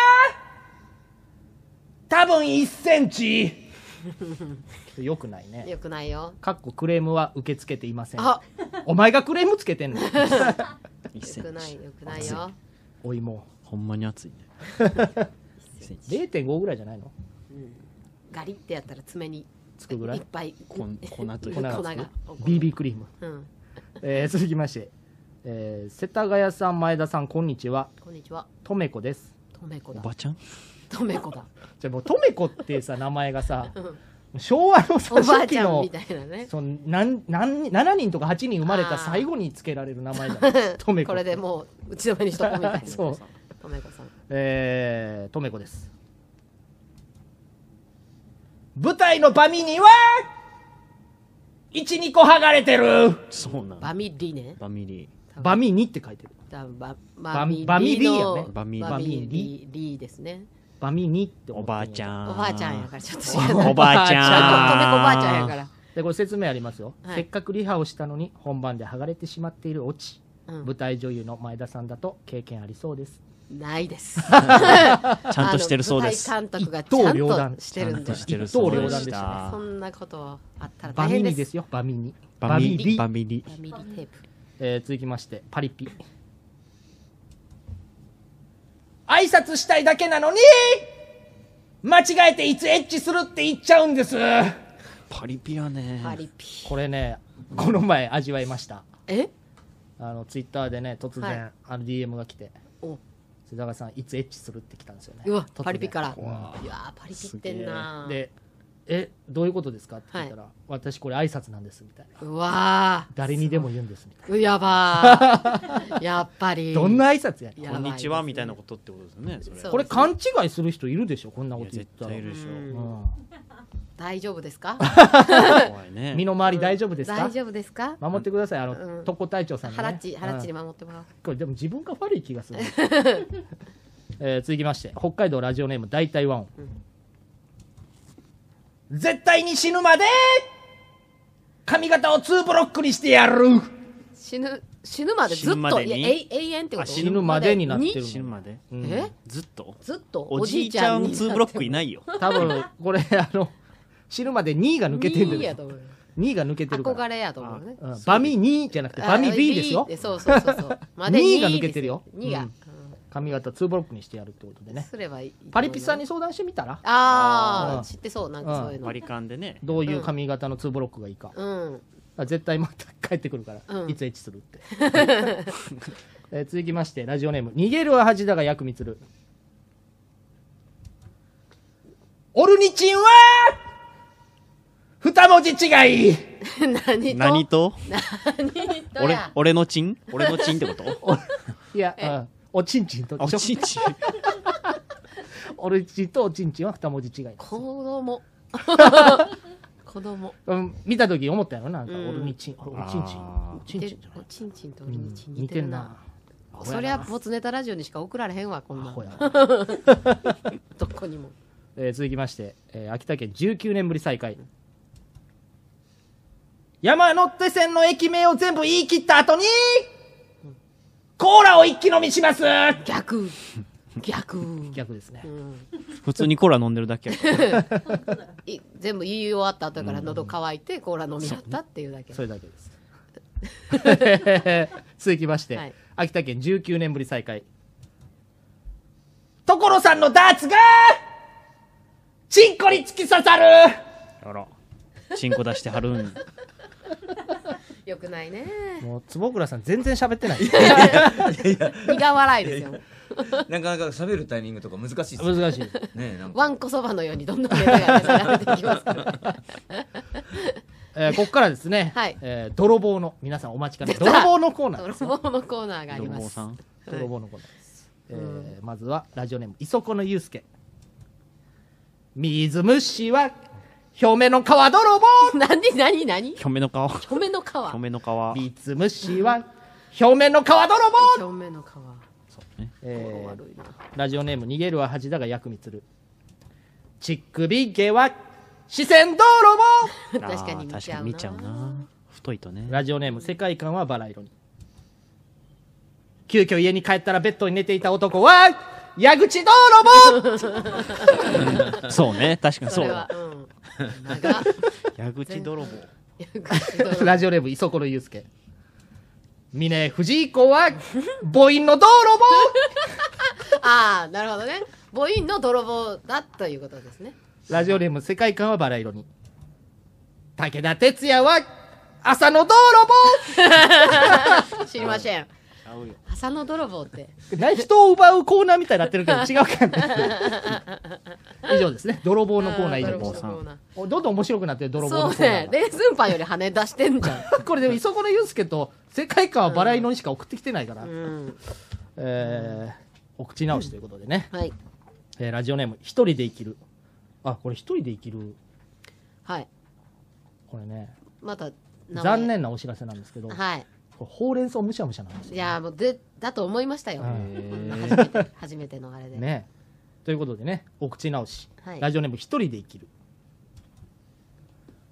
多分1センチよくないねよくないよ。かっこクレームは受け付けていませんあ、お前がクレームつけてん の一よく戦ない、よくないよ。お芋ほんまに熱いね0.5ぐらいじゃないのガリってやったら爪に。つくぐらいっぱい。こん粉というか粉粉ががつく。BB クリーム、うん。えー続きまして、えー世田谷さん前田さんこんにちはこんにちは。とめこですとめこおだ。ばちゃんとめこだ。じゃあもうとめこってさ名前がさん昭和のさおばあ初ち期ゃんのみたいなね。そのなんなん7人とか8人生まれあたー最後につけられる名前 だねとめここれでもう、打ち止めにしとこうみたいな。そう。とめこさん。えー、とめこです舞台のバミには12個剥がれてるそうなんバミリね。バミリバミニって書いてるだバババミミバミリリーやのねバミリバミリリーですね。バミニって思おってんばやあちゃんおばあちゃんや からちょっと違う。おばあちゃんとめこおばあちゃんやから。でこれ説明ありますよ、はいせっかくリハをしたのに本番で剥がれてしまっているオチ、うん舞台女優の前田さんだと経験ありそうですない です。ちゃんとしてるそうですあの舞台監督が一刀ち両ゃん断としてるんで。ちゃんとしてるそうで一刀両断でししたたそんなことあったらバ大ミ変ニで。ですすよバミニバミリババミリバミリテープ。えー続きましてパリピ挨拶したいだけなのに間違えていつエッチするって言っちゃうんですパリピやねパリピ。これねこの前味わいましたえあのツイッターでね突然、はあの DM が来てお瀬田さんいつエッチするって来たんですよねうわ突、然パリピから。いやーパリピってんなでえどういうことですかって聞いたら、私これ挨拶なんですみたいなうわ誰にでも言うんですみたいーう やばーやっぱり。などんな挨拶やねんやばこいんですねにちはみたいなことってことですよねそれそうこれ勘違いする人いるでしょこんなこいやと言っ絶たら対いるでしうょん大丈夫で すか怖いね身の回り大丈夫ですか大丈夫ですか守ってくださいあうのん特攻隊長さんにねハラッチ、ハラッチうにん守ってもらおう。これでも自分が悪い気がす るえー続きまして北海道ラジオネーム大体ワン絶対に死ぬまで髪型を2ブロックにしてやる死ぬ、死ぬまでずっ死ぬまと、でいにや永永遠ってこあと死死ぬまでになってる死ぬまでうんえずっとずっとおじいちゃん2ブロックいいないよ多分これあの死ぬまで2位が抜けてるんいいだやよと思うよ2が抜けてるから憧。れやと思うねうんバミ2じゃなくて、あバミ B ですよで。そうそうそうそうまだ2が抜けてるよ2がうん髪型2ブロックにしてやるってことでうんね。すればいいパリピさんに相談してみたらあうんあ知ってそうなんかそういうの割り勘でね。どういう髪型の2ブロックがいいか。うんあ絶対また帰ってくるから、うんいつエッチするって、 えー続きましてラジオネーム「逃げるは恥だが薬味つるオルニチンは二文字違い何と何と何と俺や、俺のチン俺のチンってこと」い や、うんおちんちんとあ、おちょちんちん。 おるちんとおちんちんは二文字違いです子 供子供うん、見た時思ったやろなんか、うんオルニチンおちんちんあーおちんちんじゃないおちんちんとう俺んにちん似似ててるるななそりゃボツネタラジオにしか送られへんわこんアなんホやわ、 どこにもえー続きまして、えー秋田県19年ぶり再開山手線の駅名を全部言い切った後にコーラを一気飲みします逆逆逆ですね、うん普通にコーラ飲んでるだけやから。い全部言い終わった後だから喉乾いてコーラ飲みはったっていうだけそれだけです。 続きまして、はい秋田県19年ぶり再開。所さんのダーツがチンコに突き刺さる あら。チンコ出してはるん。よくないねもう坪倉さん全然喋ってない。 苦笑いです よなかなか喋るタイミングとか難しいですね難しい。ねえなんかわんこそばのようにどんどんネタが重なっていきますから えーここからですね、 はいえー泥棒の皆さんお待ちかね出た泥棒のコーナーです。泥棒のコーナーがあり泥ま棒すさん。い泥棒のコーナーです。えーまずはラジオネーム磯子のゆうすけ。水虫は表面の皮泥棒。 何何何表面の顔。表表面の皮表面の顔。水虫は表面の皮 泥棒。面の皮えー悪いなラジオネーム逃げるは恥だが薬味つるちっくび毛は視線道路確かあーに見確ちゃかうなに見ちゃうな。太いとねも。ラジオネーム世界観はバラ色に急遽家に帰ったらベッドに寝ていた男は矢口道路 もそうね。確かにそそれうはだ。うん長っ 矢口泥棒。ラジオネーム磯子のゆうすけ峰藤井子は母音の道路もああなるほどね母音の泥棒だということですねラジオネーム世界観はバラ色に武田鉄矢は朝の道路 知りません朝の泥 棒ってもな人を奪うコーナーみたいになってるけど違うからね以上ですね。 泥棒のコーナー以上泥棒でのす。コーナーおどんどん面白くなってる泥棒のコそうーナねーが。レーズンパンより羽出してんじゃ んこれでも磯子のユースケと世界観はバラ色にしか送ってきてないから、うん えーお口直しということでね、はいえーラジオネーム「一人で生きる」あこれ一人で生きるはいこれねまた名前残念なお知らせなんですけど、はいこれほうれん草むしゃむしゃなんですいよやーもうでだと思いましたようん初めて初めてのあれで、ねということでねお口直し、はいラジオネーム「一人で生きる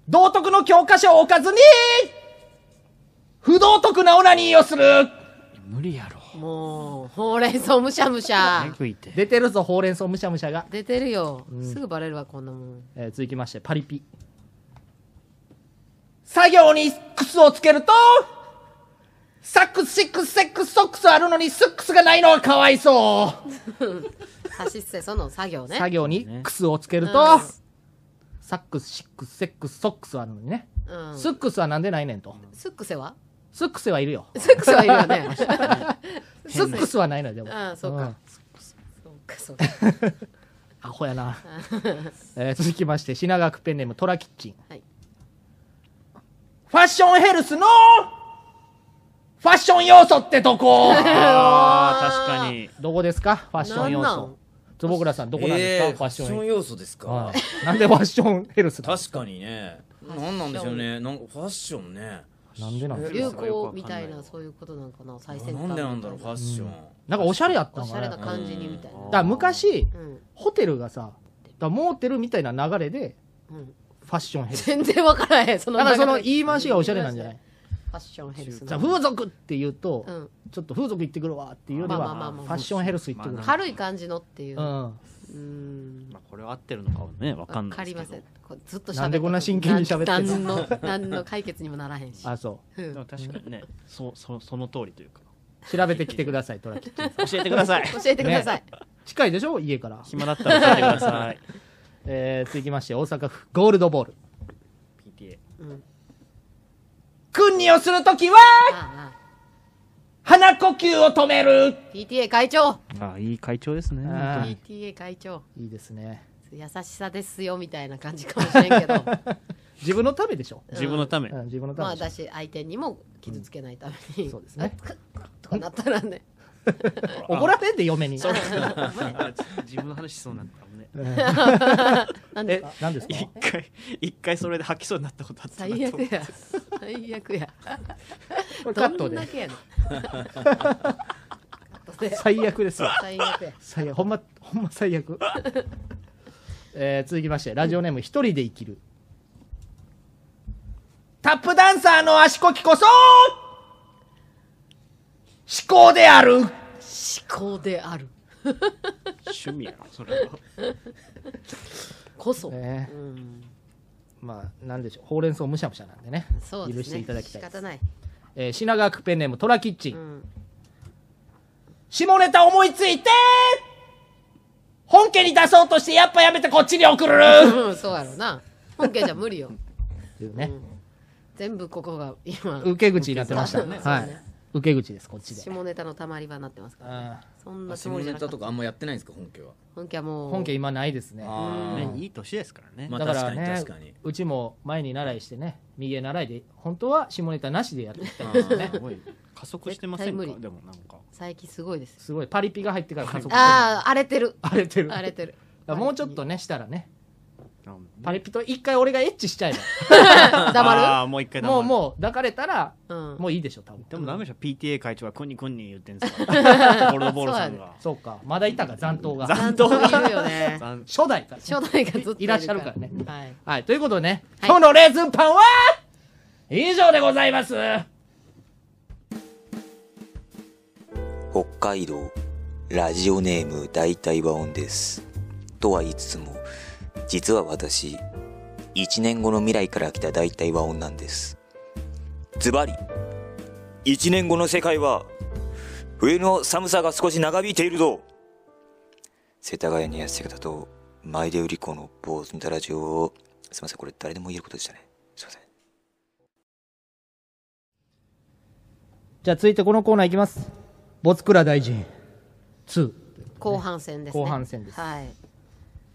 道徳の教科書を置かずに不道徳なオナニーをする無理やろ。もうほうれん草むしゃむしゃ早くいて」。 出てるぞほうれん草むしゃむしゃが、出てるよ、すぐバレるわこんなもんえー続きましてパリピ作業にクスをつけるとサクシクセクソクスあるのにスックスがないのはかわいそう 差し捨てその作業ね作業にクスをつけると、うんサックスシックスセックスソックスはあるのにね、うん、スックスはなんでないねんとスックセはスックスはいるよスックセはいる よねスックスはないのよでもああそうかんそうかそうか アホやな、えー続きまして品川区ペンネームトラキッチンファッションヘルスのファッション要素ってと こあー、確かに。どこですかファッション要なんなん素坪倉さんどこなんですか、えーファッション要素ですか、はいなんでファッ ションヘルスだ確かにねなんなんでしょうねなんかファッションねなんでなんですか流行みたいなそういうことなんかな最先な端んでなんだろうファッション、なんかおしゃれやったおんしかゃれななだか感じにみたいなら昔うんホテルがさだからモーテルみたいな流れでうんファッションヘルス全然わからへんそのだからその流れ言い回しがおしゃれなんじゃないファッションヘルスのじゃあ風俗って言うと、うんちょっと風俗行ってくるわっていうよりは、まあまあまあまあファッションヘルス行ってくる、まあ軽い感じのっていううんうんまあ、これが合ってるのかはね分かんわないかですけりどませんこうずっとなんでこんな真剣に喋ってんんの何の何の解決にもならへんしあそうんでも確かにねそうそうその通りというかう調べてきてくださいトラキ教えてください教えてください、近いでしょ家から、暇だったら教えてください えー、続きまして大阪府ゴールドボール PTA 訓練をするときは、ああ鼻呼吸を止める。 PTA 会長ああいい会長ですねあー本当に PTA 会長いいですね優しさですよみたいな感じかもしれん けど自分のためでしょ、自分のため、うん、自分のまたあめでしょ、私相手にも傷つけないために、そうですねあくっとかなったらね 怒られんで嫁 に自分の話しそうになったもんね なんでえか何ですか一回一回それで吐きそうになったことあったなと最思悪ってや最悪やこれカどットんでだけやねん カットで最悪ですよ最悪や最悪ほんまほんま最 悪えー続きましてラジオネーム一人で生きるタップダンサーの足こきこそ、思考であ る。思考である趣味やろそれはこそ、ねうんまあなんでしょうほうれん草むしゃむしゃなんでねそう許でしすてねいただきたい仕です方ない、えー品川区ペンネームトラキッチン、うん、下ネタ思いついて、本家に出そうとしてやっぱやめてこっちに送る。うんそうやろな本家じゃ無理よっていうね、全部ここが今受け口になってました、そうねはそういね受け口ですこっちで下ネタのたまり場になってますからあそんなつ下もりじネゃなかタっとたかあんまやってないんですか本家は本家はもーう本家今ないですねあねーいい年ですからね、まあだから確かにね確かにうちも前に習いしてね右へ習いで本当は下ネタなしでやってきたあーすごい加速してません絶対無か理でもなんか最近すごいですすごいパリピが入ってから加速してああ荒れてる荒れてる荒れてるだからもうちょっとねしたらねなんかねパリピと一回俺がエッチしちゃえあ黙あもう一回ば黙もるうもう抱かれたらるうんもういいでしょ多分でもダメでしょ PTA 会長はこんにこんに言ってんす からボルドボールさんがそうかまだいたか残党がちゃ残んと党がいるよね残初代からね初代がずっといらっしゃるからねはいはいということでねはい今日のレーズンパンは以上でございます北海道ラジオネーム大体和音です。とは言いつつも、実は私、1年後の未来から来た大体和音なんです。ズバリ、1年後の世界は、冬の寒さが少し長引いているぞ世田谷に痩せ方と、前出売り子の坊主にたラジオを、すいません、これ誰でも言えることでしたね。すいません。じゃあ続いてこのコーナーいきますボツクラ大臣2後半戦ですね後半戦ですはい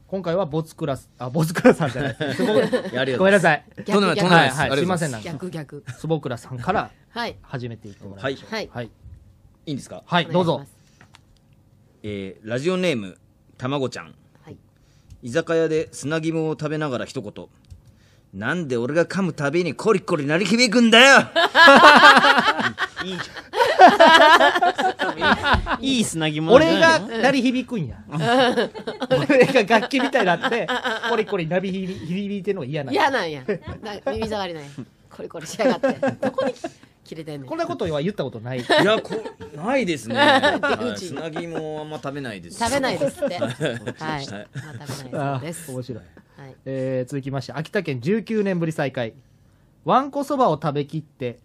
今回はボツクラスあボツクラさんじゃないですやるよごめんなさいとんでもないとんでもないではいすはいすいませんなんか逆逆坪倉さんからはい始めていってもらいまはいしょはいうはいいいんですかはいどうおぞ願いしえーラジオネームたまごちゃんますはい居酒屋で砂肝を食べながら一言なんで俺が噛むたびにコリコリ鳴り響くんだよいい砂肝なんじ俺ゃないがの鳴り響くんや。俺が楽器みたいになって、コリコリ鳴り響響いてるのが嫌なんや嫌なんやな耳障りないコリコリしやがってどこに切れてんねんこんなことは言ったこと ない。いやこないですね、はい砂肝あんま食べないです食べないです って。はい。まあい食べあないそうです。ー面白い。はい。えー続きまして、秋田県19年ぶり再開。わんこそばを食べきって、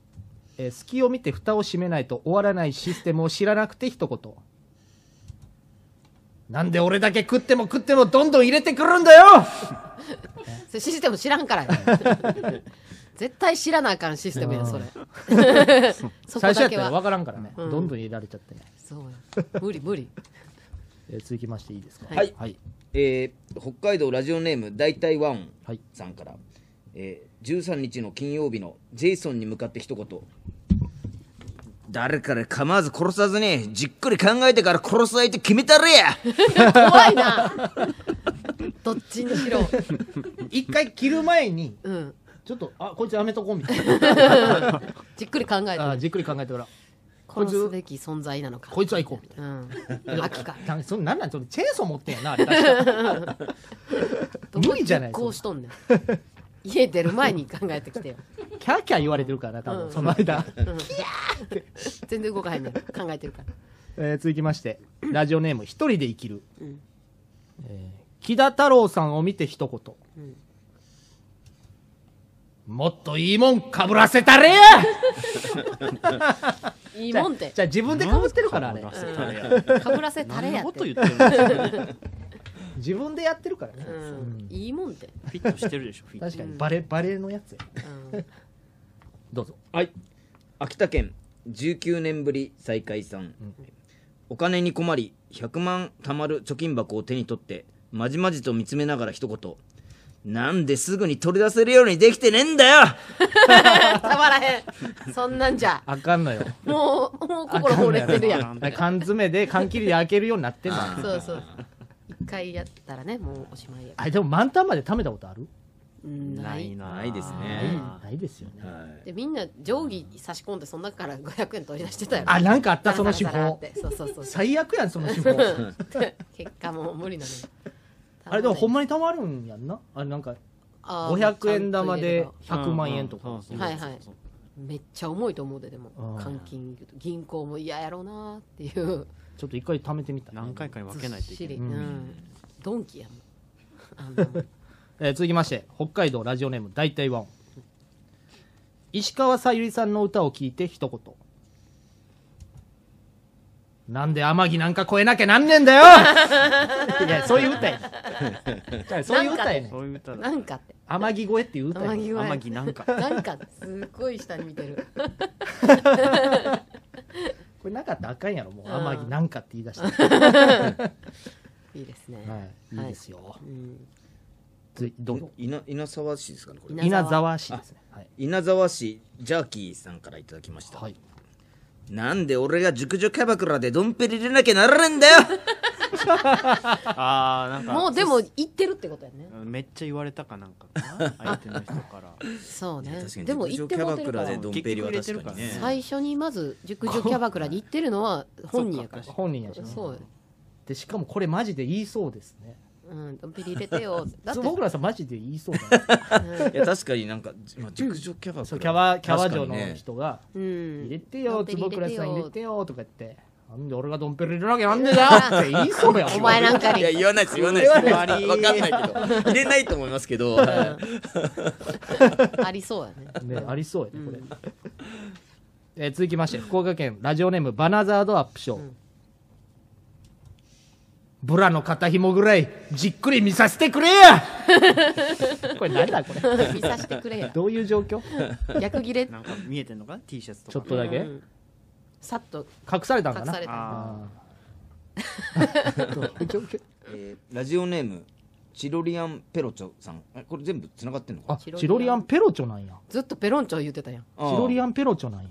えー隙を見て蓋を閉めないと終わらないシステムを知らなくて一言。なんで俺だけ食っても食ってもどんどん入れてくるんだよそれシステム知らんからよ。絶対知らなあかんシステムやそれ。そこ最初やだったけらは。分からんからね、うんどんどん入れられちゃってね、そうや。無理無理。えー続きましていいですかはいはい、えー北海道ラジオネーム大体ワンはいさんから、えー13日の金曜日のジェイソンに向かって一言誰から構わず殺さずにじっくり考えてから殺す相手決めたれや怖 いな。 どっちにしろ。一回切る前にうん。ちょっと、あ、こいつやめとこうみたい じっくり考えな。あてじっくり考えてから。こい殺つすべき存在なのか。こいつは行こうみたいうん。な。秋か。なそれなんなんそれチェーンソー持ってんやな、あれ確か。 どこ無理じゃない実行しとんねん。家出る前に考えてきてよ。キャーキャー言われてるからな、多う分んその間。全然動かへんねん。考えてるから。えー続きまして、ラジオネーム、一人で生きる。えー木田太郎さんを見て一言。もっといいもんかぶらせたれ やいいもんってじゃあ自分でかぶってるからあれなんかかぶらせたれ何やのこってと言ってるんですか自分でやってるからね、うんいいもんってフィットしてるでしょフィット確かにバレバレのやつやうんどうぞはい秋田県19年ぶり再開さん、お金に困り100万貯まる貯金箱を手に取ってまじまじと見つめながら一言なんですぐに取り出せるようにできてねえんだよたまらへんそんなんじゃあかんのよもうもう心折れてるやん缶詰で缶切りで開けるようになってんのそうそう一回やったらねもうおしまいやあれでも満タンまで貯めたことあるうんないなないですねあないですよねでみんな定規差し込んでその中から500円取り出してたよあなんかあったザそのラザ手ラザラっ法てそうそうそう最悪やんその手 法結果もう無理なのよあれでもほんまに貯まるんやんなあれなんかあー500円玉でち100万円とかゃんと入れればはいはいめっちゃ重いと思うででもあー換金銀行も嫌やろうなっていうちょっと一回貯めてみたい何回かに分けないといけないずっしりうんドンキやもんあんなもんえー続きまして北海道ラジオネーム大体ワン石川さゆりさんの歌を聞いて一言なんで天城なんか超えなきゃなんねんだよいやそういう歌やねんじゃあそういう歌やねんそういう歌だなんかって天城越えっていう歌やねん際天城なんか なんかすっごい下に見て るこれなかったらあかんやろもううん天城なんかって言い出した、はいいいですね、い、いいですよ、うんついどうぞ稲稲沢市ですかねこれ稲稲沢沢市ですねはい、稲沢市ジャーキーさんからいただきました、はい、なんで俺が熟女キャバクラでドンペリ入れなきゃならねえんだよああなんか もうでも行ってるってことやねうんめっちゃ言われたかなんかかな相手の人からそうね確かにでも行ってもうて熟女キャバクるかラでらドンペリは確かにね最初にまず熟女キャバクラに行ってるのは本人やから本人やしなそうよでしかもこれマジで言いそうですねうんドンペリ入れ てよだって僕らさんマジで言いそうだねいや確かになんか、まあ、熟女キャバクそラうキャバキャバ確か嬢にねの人が、う入んれ てよ、坪倉さん入れてよよとか言って、なんで俺がドンペリ入れるわけなんでだって言いそうやん。お前なんかいやに言わないです言わないです言わわないかんないけど入れないと思いますけど、は ありそうやねね、ありそうやね、これ。えー続きまして、福岡県ラジオネームバナザードアップショー。ブラの肩紐ぐらいじっくり見させてくれや これなんだこれ 見させてくれやどういう状況逆切れなんか見えてんのかな T シャツとかちょっとだけうんさっと隠されたんか隠なされたあどういう状況えーラジオネームチロリアンペロチョさんえこれ全部つながってんのかあチロリアンペロチョなんやずっとペロンチョ言ってたやんチチロリンアンペロチョなん や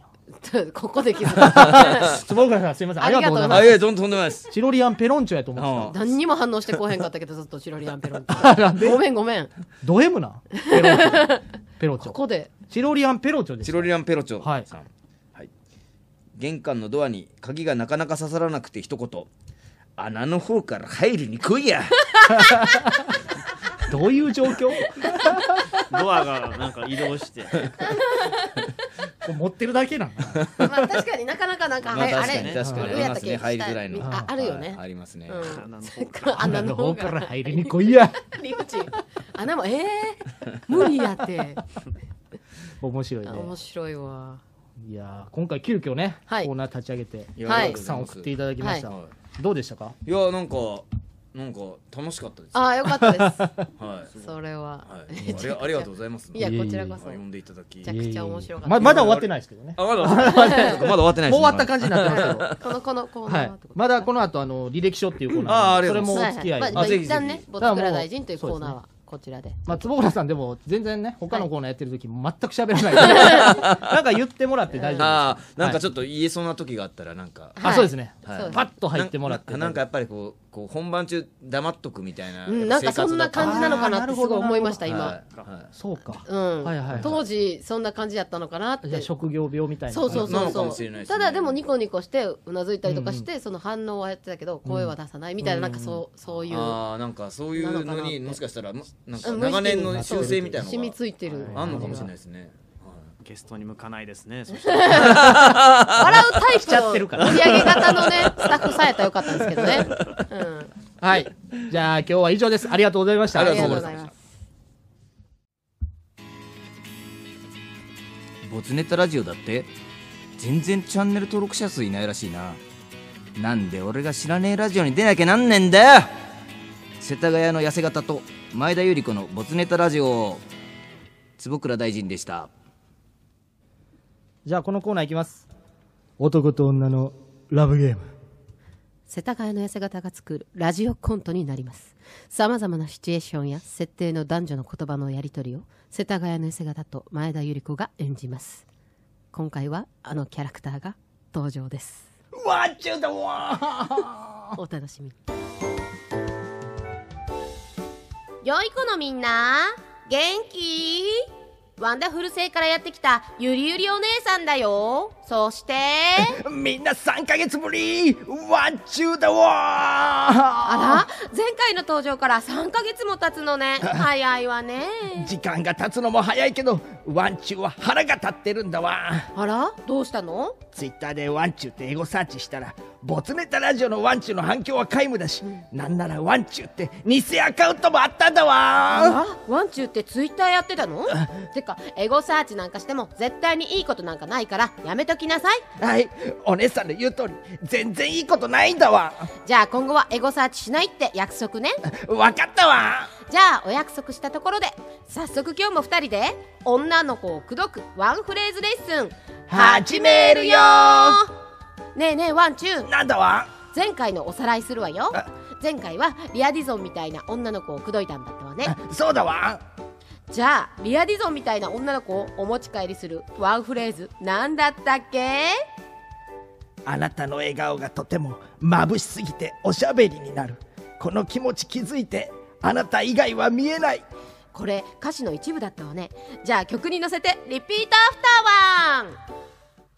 ここで気づ いた坪倉さんすいませんありがとうございまあすいやとんとんでもないですチロリアンペロンチョやと思ってたああ何にも反応してこうへんかったけどずっとチロリアンペロンチョごめんごめんド M なペロチョペロチこョこでチロリアンペロチョですチロリアンペロチョさん、ははいい玄関のドアに鍵がなかなか刺さらなくて一言穴の方から入りに来いや どういう状況ドアがなんか移動 して持ってるだけなの まあ確かになかなかなんかまあはいあ確かにれ確かにあどうりまやったっすけね入りづらいのああるよはいねありますね、うん穴の方か 穴穴のの方方かからら入りに来い や入り口穴もええ無理やって面白いね面白いわいやー今回急遽ね、はいコーナー立ち上げていやはいありたがくとうござさんます送っていただきました、はどうでしたかいやなんかなんか楽しかったですああよかったで はいすそれははい、あり ありがとうございます。いやこちらこあそ呼めんでいただき。ちゃくちゃ面白かったままだ終わってないですけどねあ、まだ終わってない ですか。まだ終わってないです。もう終わった感じになってますけど このこのコーナはいーってこと、まだこの後あの履歴書っていうコーナーあーなあんでりそがとうごれもおはいは付いき合い、まああぜひ一旦ねぜボツクラ大臣というコーナーはこちらでまあ、坪倉さんでも全然ね他のコーナーやってる時全く喋 らないから、なんか言ってもらって大丈夫ああ、なんかちょっと言えそうな時があったら、なんか。あそうですねははいいそうですパッと入ってもらってななんかやっぱりこう、こう本番中黙っとくみたいな。うんなんかそんな感じなのかなってすごい思いました生活だ今ったはいはいそうかうんはいはいはい当時そんな感じやったのかなってじゃあ職業病みたいなそうそうそなうのかもそしれないでうすねただでもニコニコしてうなずいたりとかしてその反応はやってたけど声は出さないみたいななんかそうそういうああ、なんかそういうなののかなってに、もしかしたら、もなんかうん長年の修正みたいな染のみが。ついてるあんのかもしれないですね。ゲストに向かないですねそしたら笑うタイプゃってるから盛り上げ方のねスタッフさんやったらよかったんですけどね、うん、はい。じゃあ今日は以上です。ありがとうございました。ありがとうございます。ボツネタラジオだって全然チャンネル登録者数いないらしいななんで俺が知らねえラジオに出なきゃなんねんだよ世田谷の痩せ方と前田由里子のボツネタラジオ坪倉大臣でしたじゃあこのコーナーいきます。男と女のラブゲーム。世田谷の痩せ方が作るラジオコントになりますさまざまなシチュエーションや設定の男女の言葉のやり取りを世田谷の痩せ方と前田由里子が演じます今回はあのキャラクターが登場ですわっちゅうだわお楽しみ良い子のみんな元気ワンダフル星からやってきたゆりゆりお姉さんだよそしてみんな3ヶ月ぶりワンチューだわあら前回の登場から3ヶ月も経つの ね早いわね時間が経つのも早いけどワンチューは腹が立ってるんだわあらどうしたのツイッターでワンチューって英語サーチしたらボツネタラジオのワンチューの反響は皆無だし、なんならワンチューって偽アカウントもあったんだあわらワンチューってツイッターやってたのてかエゴサーチなんかしても絶対にいいことなんかないからやめときなさいはいお姉さんの言う通り全然いいことないんだわじゃあ今後はエゴサーチしないって約束 ねわかったわじゃあお約束したところで早速今日も2人で女の子を口説くワンフレーズレッスン始めるよねえねえワンチューなんだわ前回のおさらいするわよあ前回はリアディゾンみたいな女の子を口説いたんだったわねそうだわじゃあリアディゾンみたいな女の子をお持ち帰りするワンフレーズなんだったっけあなたの笑顔がとても眩しすぎておしゃべりになるこの気持ち気づいてあなた以外は見えないこれ歌詞の一部だったわねじゃあ曲に乗せてリピートアフターワン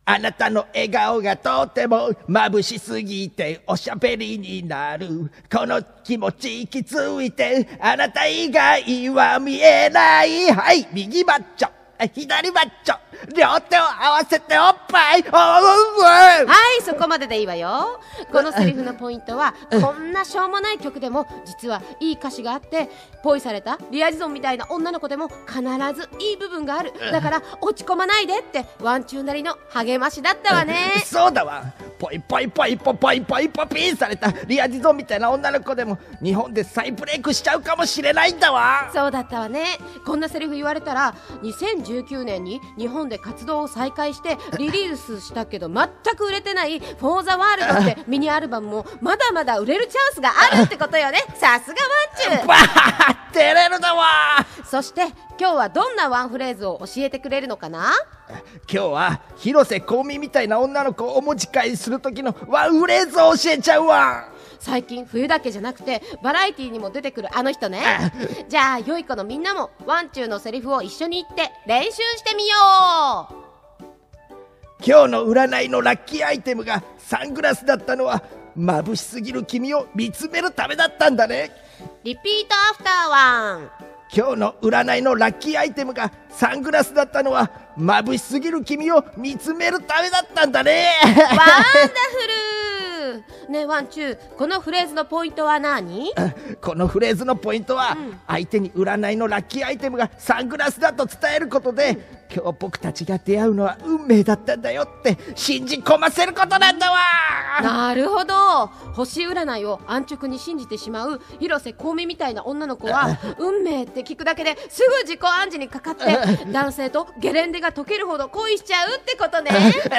あなたの笑顔がとても眩しすぎておしゃべりになるこの気持ち気づいてあなた以外は見えないはい右マッチョ左マッチョ両手を合わせておっぱいおうううはいそこまででいいわよこのセリフのポイントはこんなしょうもない曲でも実はいい歌詞があってポイされたリアジゾンみたいな女の子でも必ずいい部分があるだから落ち込まないでってワンチューなりの励ましだったわねそうだわポイポイポイポポイポイポピーされたリアディゾンみたいな女の子でも日本で再ブレイクしちゃうかもしれないんだわそうだったわねこんなセリフ言われたら2019年に日本で活動を再開してリリースしたけど全く売れてない「フォーザワー ルドってミニアルバムもまだまだ売れるチャンスがあるってことよねさすがワンチュバー照れるだわーそして今日はどんなワンフレーズを教えてくれるのかな今日は広瀬香美みたいな女の子をお持ち帰りする時のワンフレーズを教えちゃうわ最近冬だけじゃなくてバラエティーにも出てくるあの 人ねじゃあ良い子のみんなもワンチューのセリフを一緒に言って練習してみよう今日の占いのラッキーアイテムがサングラスだったのは眩しすぎる君を見つめるためだったんだねリピートアフターワン今日の占いのラッキーアイテムがサングラスだったのは眩しすぎる君を見つめるためだったんだね ワンダフルねえワンチューこのフレーズのポイントは何このフレーズのポイントは、相手に占いのラッキーアイテムがサングラスだと伝えることで、今日僕たちが出会うのは運命だったんだよって信じ込ませることなんだわなるほど星占いを安直に信じてしまう広瀬香美みたいな女の子は運命って聞くだけですぐ自己暗示にかかって男性とゲレンデが解けるほど恋しちゃうってこ とね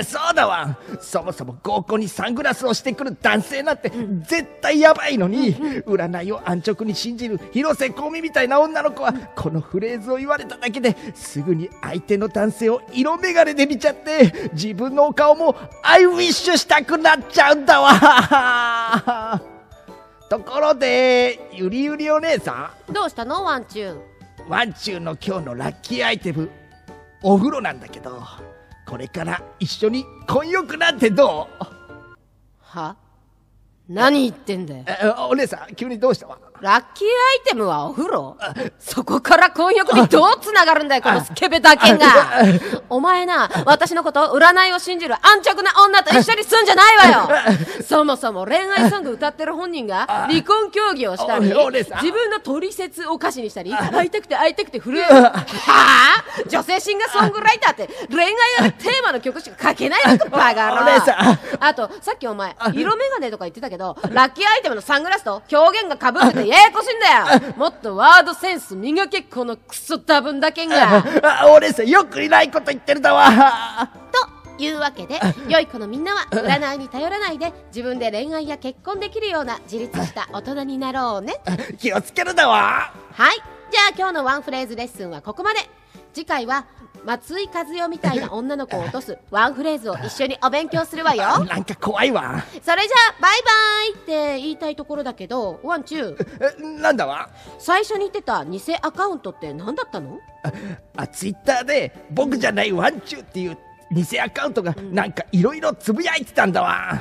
そうだわそもそも合コンにサングラスをしてくる男性なんて絶対やばいのに、占いを安直に信じる広瀬香美みたいな女の子はこのフレーズを言われただけですぐに相手の男性を色眼鏡で見ちゃって自分のお顔もアイウィッシュしたくなっちゃうんだわところでゆりゆりお姉さどうしたのワンチューんワンチューの今日のラッキーアイテムお風呂なんだけどこれから一緒に混浴なんてどうは何言ってんだよえお姉さん急にどうしたわラッキーアイテムはお風呂そこから婚約にどう繋がるんだよ、このスケベだけが。 お前な、私のこと占いを信じる安直な女と一緒に住んじゃないわ よそもそも恋愛ソング歌ってる本人が離婚協議をしたり、あ俺さ自分の取説を歌詞にしたり、会いたくて会いたくて 震える。はぁ女性シンガーソングライターって恋愛がテーマの曲しか書けないのか、バカ野郎俺さ あと、さっきお前、色眼鏡とか言ってたけど、ラッキーアイテムのサングラスと表現が被っててややこしいんだよもっとワードセンス磨け、このクソ多分だけんがあ 俺さよくいないこと言ってるだわというわけで、良い子のみんなは占いに頼らないで、自分で恋愛や結婚できるような自立した大人になろうね。気をつけるだわはい。じゃあ今日のワンフレーズレッスンはここまで。次回は、松井和代みたいな女の子を落とすワンフレーズを一緒にお勉強する わよ。なんか怖いわそれじゃあ、バイバイって言いたいところだけど、ワンチュー、えなんだわ最初に言ってた偽アカウントって何だったのあツイッターで僕じゃないワンチューっていう偽アカウントがなんかいろいろつぶやいてたんだわ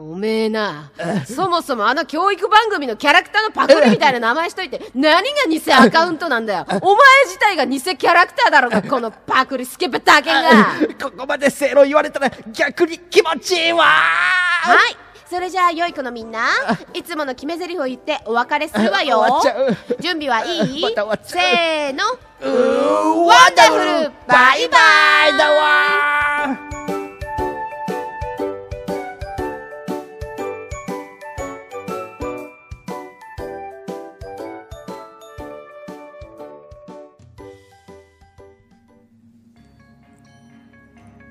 おめえな、そもそもあの教育番組のキャラクターのパクリみたいな名前しといて、何が偽アカウントなんだよ。お前自体が偽キャラクターだろうが、このパクリスケベだけが。はここまで正論言われたら逆に気持ちいいわい。それじゃあ、良い子のみんな、いつもの決め台詞を言ってお別れするわよ。終わっちゃう準備はいいまた終わっちせゃーの。ワンダフルバイバイだわ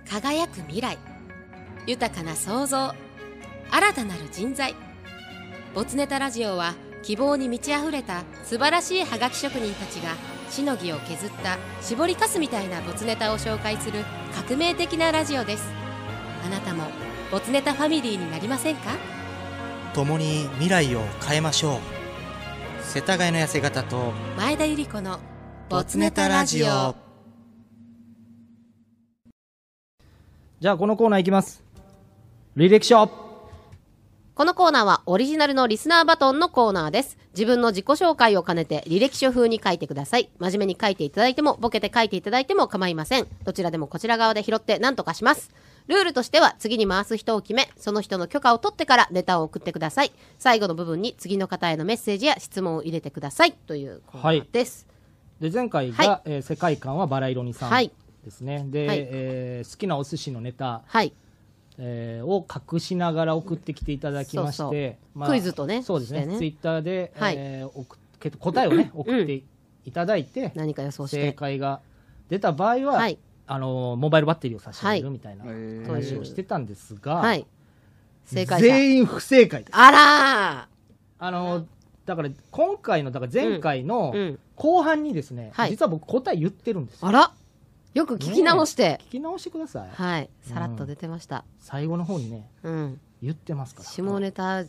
輝く未来豊かな創造新たなる人材ボツネタラジオは希望に満ち溢れた素晴らしいハガキ職人たちがしのぎを削った絞りかすみたいなボツネタを紹介する革命的なラジオですあなたもボツネタファミリーになりませんか共に未来を変えましょう世田谷の痩せ方と前田由里子のボツネタラジオじゃあこのコーナーいきます履歴書このコーナーはオリジナルのリスナーバトンのコーナーです。自分の自己紹介を兼ねて履歴書風に書いてください。真面目に書いていただいても、ボケて書いていただいても構いません。どちらでもこちら側で拾って何とかします。ルールとしては次に回す人を決め、その人の許可を取ってからネタを送ってください。最後の部分に次の方へのメッセージや質問を入れてください。というコーナーです。で前回が、はえー世界観はバラ色にさんはいですね、で、はいえー好きなお寿司のネタ、はい。えーを隠しながら送ってきていただきましてそうそうまクイズとねそうですねしてねツイッターで、はいえー送っけ答えをね送っていただいて、何か予想し正て。解が出た場合は、はいあのーモバイルバッテリーを差し上げはるいみたいなー話をしてたんですが、はい。正解者。全員不正解ですあらあのーだから今回のだから前回のうんうん後半にですね、はい実は僕答え言ってるんですよーあらよく聞き直して。聞き直してくださいはい。さらっと出てました。最後の方にねうん。言ってますから下ネタ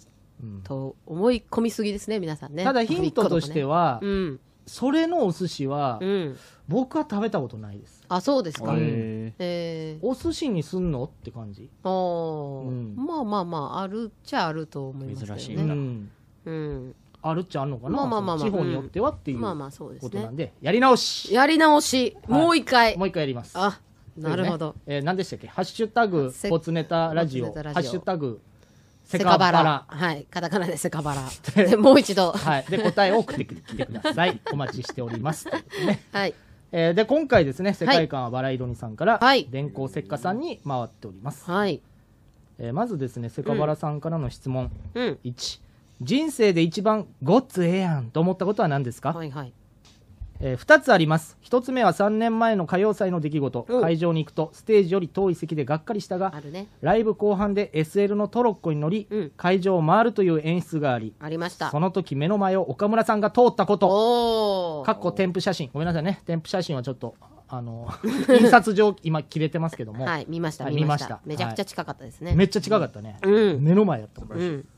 うんと思い込みすぎですね皆さんねただヒントとしては、は、うんそれのお寿司は、うん僕は食べたことないですあそうですかうんええお寿司にすんのって感じ、ー、おーうんまあままあまああるっちゃあると思いますけどね珍しいうんうなん、あるっちゃあるのかな、まあまあまあまあその地方によってはっていうまあこまあそうですとなねんで、やり直しやり直し、はいもう一回もう一回やりますあなるほど、というねえー何でしたっけハッシュタグせボツネタラジオボツネタラハジオッシュタグセセカカババララはいカタカナでセカバ ラでもう一度ははい、で答えを送ってきてくださ いお待ちしておりますということでねいえーで今回ですね世界観はバラ色にさんから、はい電光石火さんに回っております、はいえーまずですねセカバラさんからの質問、うん1人生で一番ごっつええやんと思ったことは何ですか、はいはいえ2つあります1つ目は3年前の歌謡祭の出来事うん会場に行くとステージより遠い席でがっかりしたがあるねライブ後半で SL のトロッコに乗り、うん会場を回るという演出がありありましたその時目の前を岡村さんが通ったことおおかっこ添付写真ごめんなさいね添付写真はちょっとあ の印刷上今切れてますけども、はい見ましたはい見ました見ましためちゃくちゃ近かったですね、めっちゃ近かったね、うん目の前やった、うん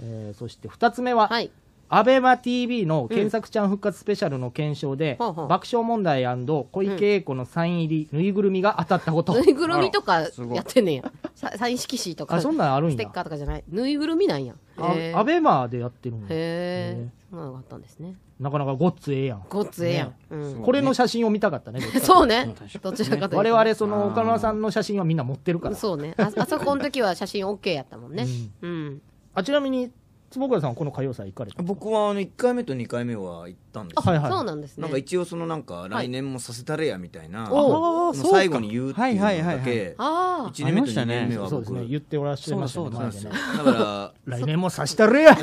えーそして2つ目は、はいアベマ t v の「検索ちゃん復活スペシャル」の検証で、ほうほう爆笑問題小池栄子のサイン入り、ぬいぐるみが当たったことぬいぐるみとかすごいやってんねんや。さサイン色紙とか。あそんなんあるんやステッカーとかじゃない。ぬいぐるみなんや。あへーアベマでやってるのへえ。そんなのがあったんですね。なかなかごっつええやん。ごっつええやん。うん。これの写真を見たかったね。どっちか そうね。どちらかというと。我々、その岡村さんの写真はみんな持ってるから。そうね。ああそこの時は写真 OK やったもんね。うん。あちなみに、坪倉さんはこの歌謡祭行かれた僕はあの1回目と2回目は行ったんですあ、よはいはいそうなんですね。なんか一応そのなんか来年もさせたれやみたいな、おのーそうか最後に言うっていうのはいはいだはいはいけあ1年目と2年目はそうです僕、ね。言っておらっしゃいましたね。そう前だでねだから 来年もさしたれや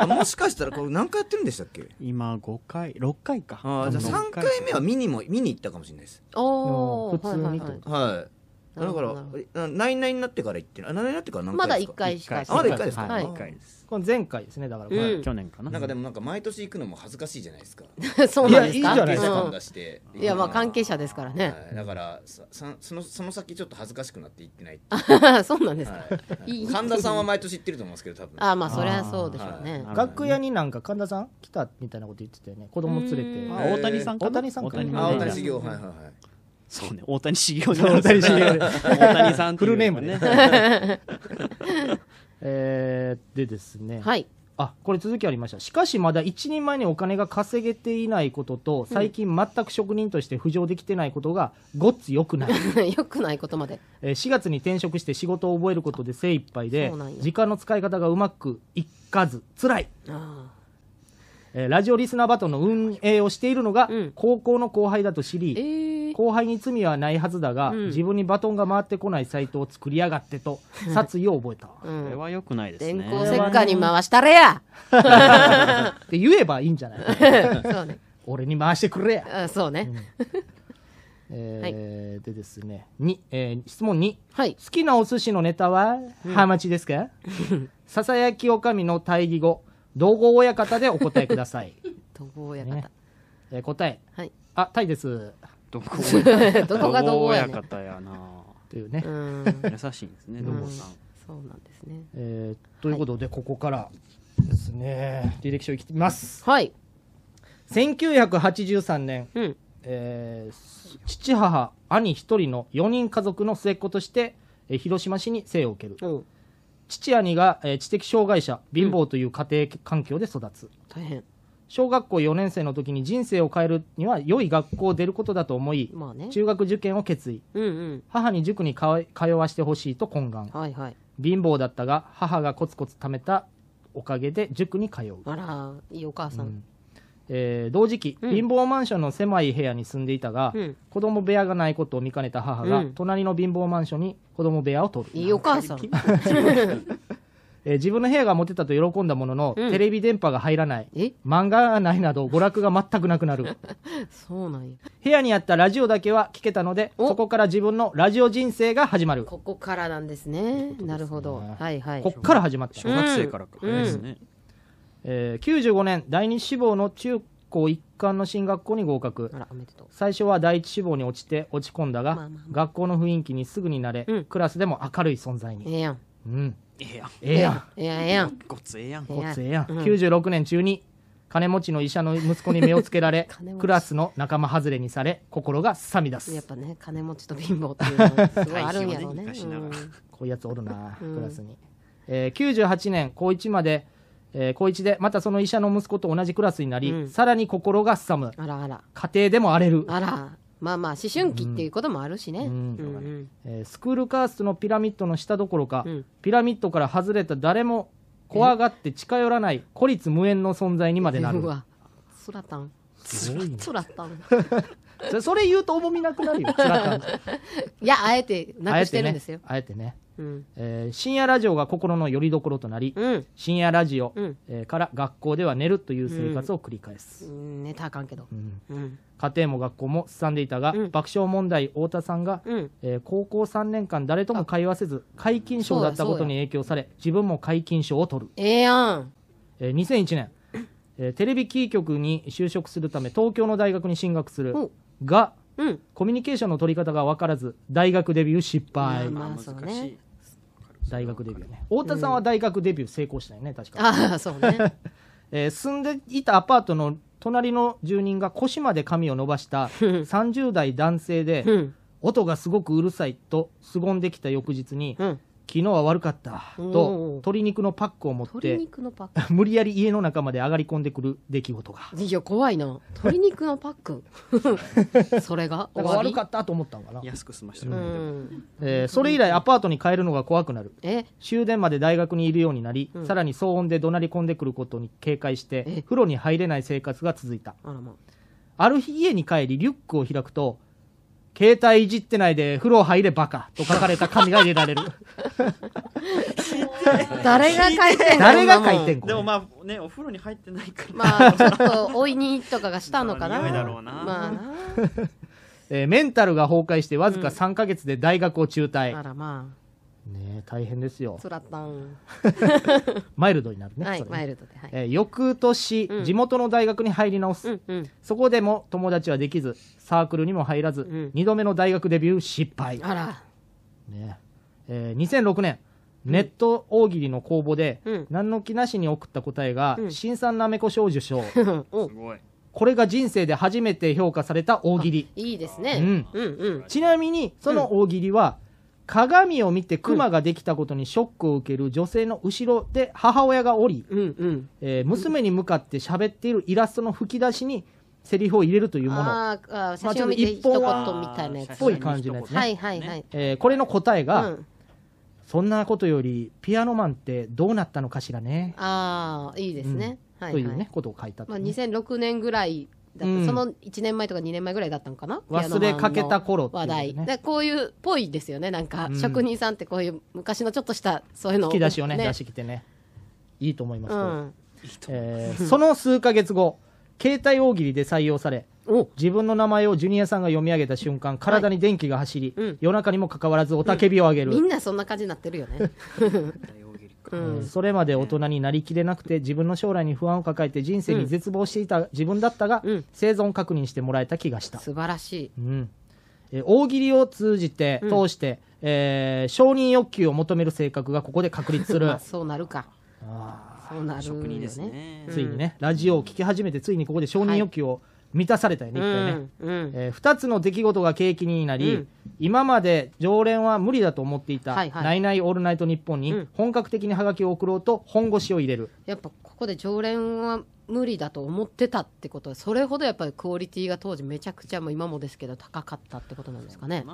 あもしかしたらこれ何回やってるんでしたっけ今5回6回かあーじゃあ3回目は見にも見に行ったかもしれないですあ。おお。普通にとはいはいはいはいなだるほかどらあナインナインになってから行ってるあナインナインになってから何まだ回です一か回しかあまだ一回ですか、はいあー1回です、この前回ですね、だから。うん去年かななんかでもなんか毎年行くのも恥ずかしいじゃないですか そうなんいやですかいいじゃな関いで係す者か感出して、うんいや、まあ関係者ですからね。はいだからささそのその先ちょっと恥ずかしくなって行ってないっていうそうなんですか。はいいい神田さんは毎年行ってると思うんですけど多分あーまあ、そりゃそうでしょうね。楽屋になんか神田さん来たみたいなこと言ってたよね。子供連れうて。ああ大谷さんかな大谷さんかなあ大谷さん修行はいはいはいそうね大谷茂雄大谷茂雄大谷さんっていうフルネームねね えーでですね。はい。あこれ続きありましたしかしまだ一人前にお金が稼げていないことと最近全く職人として浮上できてないことがごっつよ くない、よくないことまで。えー4月に転職して仕事を覚えることで精一杯でそうなんや時間の使い方がうまくいかずつらい、あえーラジオリスナーバトンの運営をしているのがうん高校の後輩だと知ーり、ええ。後輩に罪はないはずだが、うん自分にバトンが回ってこないサイトを作りやがって と殺意を覚えたうこれん。は良くないです電ね光石火に回したれや。 って言えばいいんじゃないそうね。俺に回してくれやあそうね。 えーでですね、にえー質問2、はい。好きなお寿司のネタは、ハマチですかささやきおかみの対義語、道後親方でお答えくださ い。どこやね方。えー答え、はい。あ、タイです。どこ親方 どこがどこやねんど方やなというね。うん。 優しいんですねどこさんそうなんですね。えーということで、ここからですね、履歴書いきます。はい。 1983年、うん。えー父母兄一人の4人家族の末っ子として、えー広島市に生を受けるうん。父兄が、えー知的障害者貧乏という家庭環境で育つ、大変。小学校4年生の時に人生を変えるには良い学校を出ることだと思い、まあね。中学受験を決意うんうん。母に塾に通い通わしてほしいと懇願はいはい。貧乏だったが母がコツコツ貯めたおかげで塾に通う、あら、いいお母さ。うんんえー同時期、うん貧乏マンションの狭い部屋に住んでいたが、うん子供部屋がないことを見かねた母が、うん隣の貧乏マンションに子供部屋を取るいいお母さん。 えー自分の部屋が持てたと喜んだものの、うんテレビ電波が入らないえ漫画がないなど娯楽が全くなくなる そうなんや。部屋にあったラジオだけは聞けたのでおそこから自分のラジオ人生が始まるこここからなんですね。なるほど。はいはい。っから始まった、小学生からかうんですねえー95年第二志望の中高一貫の進学校に合格あら、おめでとう。最初は第一志望に落ちて落ち込んだが、まあまあまあ学校の雰囲気にすぐになれ、うんクラスでも明るい存在に、ええやん。うん、ええやんええやんええやん。ええやん。ごっつええやんええこやっんつええやん、うん96年中に金持ちの医者の息子に目をつけられ 金持ちクラスの仲間外れにされ心がすさみ出やっすぱね、金持ちと貧乏っていうのはすごいあるんやろうね。対比をね生かしながらこういうやつおるな、うんクラスに、えー98年高1まで、えー高1でまたその医者の息子と同じクラスになり、うんさらに心がすさむうんあらあら。家庭でも荒れる、あら。まあまあ、思春期っていうこともあるしね。ううんんうん。えースクールカーストのピラミッドの下どころか、うんピラミッドから外れた誰も怖がって近寄らない孤立無援の存在にまでなるうわ。つらたん。すごいねつらたん。それ それ言うと重みなくなる よ辛感じいや、あえてなあえくしててるねんですよ。あえてね、うん。えー深夜ラジオが心の拠り所となり、うん。深夜ラジオ、うんえーから学校では寝るという生活を繰り返す、うんネタあかんけど。うんうん。家庭も学校もすさんでいたが、うん爆笑問題太田さんが、うん。えー高校3年間誰とも会話せず皆勤賞だったことに影響され自分も皆勤賞を取るええやん。えー2001年、えーテレビキー局に就職するため東京の大学に進学するおがうん。コミュニケーションの取り方が分からず大学デビュー失敗、まあまあ、そうね。大学デビューね太田さんは大学デビュー成功したよね確か、ああ、そうね。えー住んでいたアパートの隣の住人が腰まで髪を伸ばした30代男性でうん。音がすごくうるさいと凄んできた翌日にうん。昨日は悪かったとおー鶏肉のパックを持っ鶏て肉のパッ 無理やり家の中まで上がり込んでくる出来事がクいや怖いな鶏肉のパッ クそれがだ終からわ悪りかったと思ったのかな、安く済ましたうねんえーそれ以来アパートに帰るのが怖くなるえ終電まで大学にいるようになり、うんさらに騒音で怒鳴り込んでくることに警戒しえて風呂に入れない生活が続いたあらまある日家に帰りリュックを開くと「携帯いじってないで風呂入れバカ」と書かれた紙が入れら れる誰が書いてんの誰が書いてんこれでもまあねお風呂に入ってないからまあちょっとおいにとかがしたのかな匂いだろうなまあなえーメンタルが崩壊してわずか3ヶ月で大学を中退、あらまねえ大変ですよあつらったんマイルドになるね,そはれね、いマイルドではいえー翌年、うん地元の大学に入り直す、うんうんそこでも友達はできずサークルにも入らず、ん2度目の大学デビュー失敗、あらねえー2006年ネット大喜利の公募で、うん何の気なしに送った答えが、うん新さんなめこ賞受賞 おすごいこれが人生で初めて評価された大喜利いいですねうんうんうんちなみにその大喜利は、鏡を見てクマができたことにショックを受ける女性の後ろで母親がおり、うんうんえー娘に向かって喋っているイラストの吹き出しにセリフを入れるというものっあーあー写真を見て一言みたいなやつぽい感じのやつね、はいはいはいえーこれの答えうが、んそんなことよりピアノマンってどうなったのかしらね、ああいいですねはいといはうねいことを書いたとまあね、 2006年ぐらいだっうんてその1年前とか2年前ぐらいだったのかな忘れかけた頃っていう話ね題でこういうっぽいですよねなんかうん職人さんってこういう昔のちょっとしたそういうの引き出しをね出してきてねいいと思いますうけど、んえーその数ヶ月後携帯大喜利で採用されお自分の名前をジュニアさんが読み上げた瞬間体に電気が走り、うん夜中にもかかわらずおたけびを上げる、みんなそんな感じになってるよねうんそれまで大人になりきれなくて自分の将来に不安を抱えて人生に絶望していた自分だったが、うん生存確認してもらえた気がした、素晴らしうんえー大喜利を通じてうん通して、えー承認欲求を求める性格がここで確立すいる まあそうなるかあそうなるよ職人ですねーねついにね、ラジオを聞き始めてついにここで承認欲求を満たされたよね、う一回ねんうんえ2つの出来事が契機になり、うん今まで常連は無理だと思っていた「はいはいナイナイオールナイトニッポン」うにん本格的にハガキを送ろうと本腰を入れる、やっぱここで常連は無理だと思ってたってことはそれほどやっぱりクオリティが当時めちゃくちゃもう今もですけど高かったってことなんですかね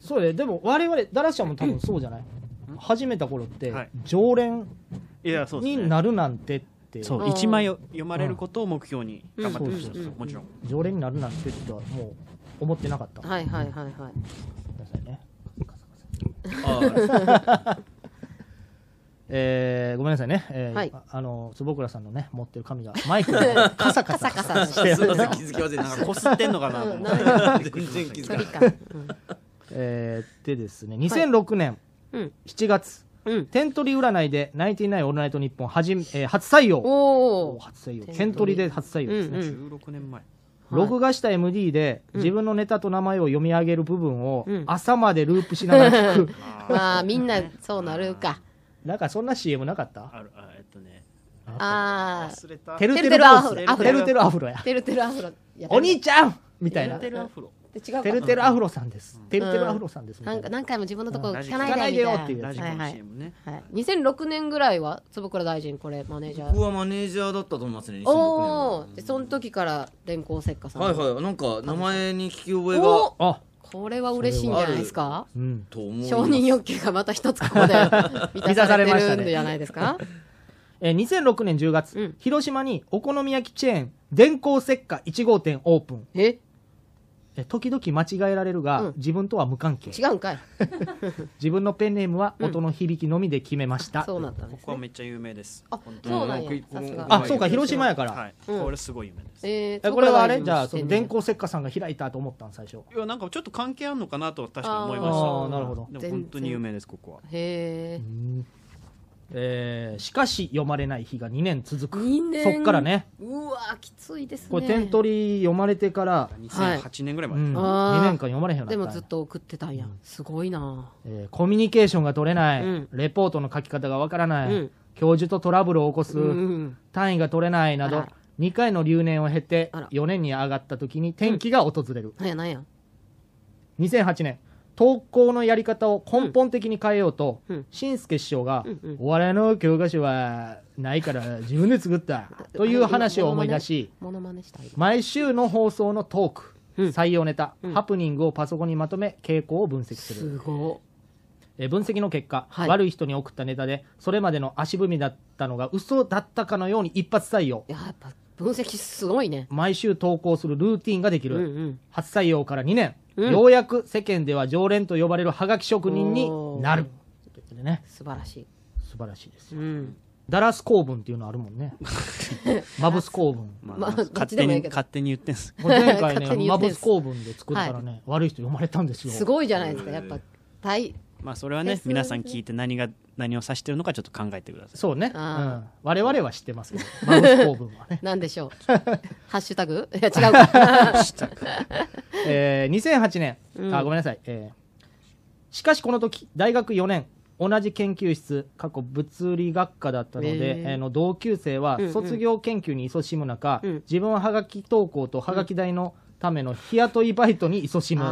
そうねでも我々ダラシャも多分そうじゃない、始めた頃って、はい常連いやそうですにねなるなんてってそううん一枚を読まれることを目標にうん頑張ってましそうそうそうたもちろん常連になるなんてってはもう思ってなかった、はいはいはいはいごめんなさいねあーえーごめんなさいね、えーはいああの坪倉さんのね持ってる紙がマイクがカサカサカサカサしてすいません気づきませんでなんかしこすってんのかなと思ってた全然気づか距ない離感 えーでですね2006年うん7月、うん、うん、点取り占いで「ナインティナインオールナイトニッポン」はじめ、えー初採用おおお初採用点取り点取りで初採用ですね、うん16年前はい録画した MD でうん自分のネタと名前を読み上げる部分をうん朝までループしながら 聞く、まあみんなそうなるかなんかそんな CM なかったあるあえっとねああ忘れたてるててるるアアフフロロてるてるアフロやてるてるアフロやっておる兄ちゃんみたいなてるアフロで違うてかるてるアフロさんですてるてるアフロさんですみたないんなか何回も自分のとこうん聞かない聞かないででよよっていうみたラいジなコはのいはい CM ねはい2006年ぐらいは坪倉大臣これマネージャ僕ーはマネージャーだったと思いますね2006年おはおーでその時から連行作家さんはいはいなんか名前に聞き覚えがおあこれは嬉しいんじゃないですかうんと思います承認欲求がまた一つこ こで満たされてるんじゃないですか えー2006年10月、うん広島にお好み焼きチェーン電光石火1号店オープンええー時々間違えられるが、うん自分とは無関係違うんかい 自分のペンネームは音の響きのみで決めました、そうなったんでこすこはねめっちゃ有名ですあ本当にそうなんやここさすがあそうか広島やから、はいうんこれすごい有名ですええーこれはあれそじゃあそこのから電光石火さんが開いたと思ったん最初いやなんかちょっと関係あるのかなとは確かに思いましあーたなるほどでも本当に有名ですここはへええーしかし読まれない日が2年続く2年そっからねうわーきついですねこれ点取り読まれてから、はい2008年ぐらいうまでん、あー2年間読まれへんようでになもったんずやっと送ってたんやすごいなえーコミュニケーションが取れない、うんレポートの書き方がわからない、うん教授とトラブルを起こす、うん単位が取れないなあどら2回の留年を経てあら4年に上がった時に転機が訪れる、なんやなんや2008年投稿のやり方を根本的に変えようと、うん新助師匠が、うんうんお笑いの教科書はないから自分で作 ったという話を思い出し、モノマネしたい毎週の放送のトーク、うん採用ネタ、うんハプニングをパソコンにまとめ傾向を分析するすごえー分析の結果、はい悪い人に送ったネタでそれまでの足踏みだったのが嘘だったかのように一発採用いややっぱ分析すごいね毎週投稿するルーティンができうる、んうん初採用から2年、うんようやく世間では常連と呼ばれるハガキ職人になるということでね素晴らし素晴らしいですいようんダラス公文っていうのあるもん ねマブス公文まあまあ勝どっちで手もいいにけど勝手に言ってんすこれ前回勝手にね言マってんブすス公文で作ったらね、悪い人読まれたんですよすごいじゃないですかやっぱ大まあそれはね皆さん聞いて何が何を指してるのかちょっと考えてくださいそうね、うあん、我々は知ってますけ どマブス公文はね なんで しょうハッシュタグいや違うかえー2008年、うんあごめんなさい、えーしかしこの時大学4年同じ研究室過去物理学科だったので、へえーーの同級生はうんうん卒業研究に勤しむ中、うん自分ははがき投稿とはがき代のための日雇いバイトに勤し ああむ、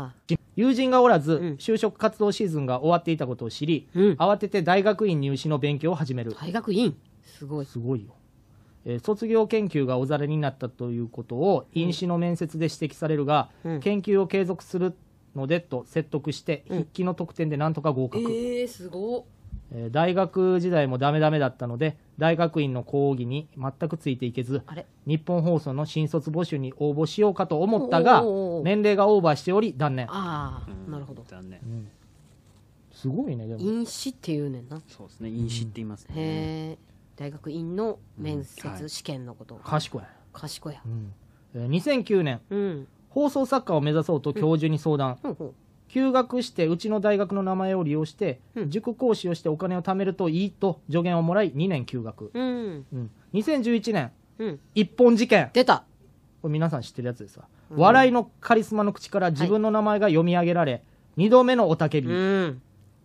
ああ友人がおらず、ん就職活動シーズンが終わっていたことを知り、うん慌てて大学院入試の勉強を始める、大学院すごいすごいよ、えー卒業研究がおざれになったということを飲酒の面接で指摘されるが、うん研究を継続するのでと説得して、筆記の得点でなんとか合格、えー、すごえー大学時代もダメダメだったので大学院の講義に全くついていけずあれ日本放送の新卒募集に応募しようかと思ったがおー年齢がオーバーしており断念ああなるほど残念すごいねでも院士っていうねんなそうですね飲酒って言いますねへえ大学院の面うんは接い試験のこと、賢い、賢いやうんえー2009年うん放送作家を目指そうと教授に相談、ほうほ休学してうちの大学の名前を利用して、うん塾講師をしてお金を貯めるといいと助言をもらい2年休学、ううんうん2011年うん一本事件出たこれ皆さん知ってるやつですわ、笑いのカリスマの口から自分の名前が読み上げられ、2度目の雄たけび、うん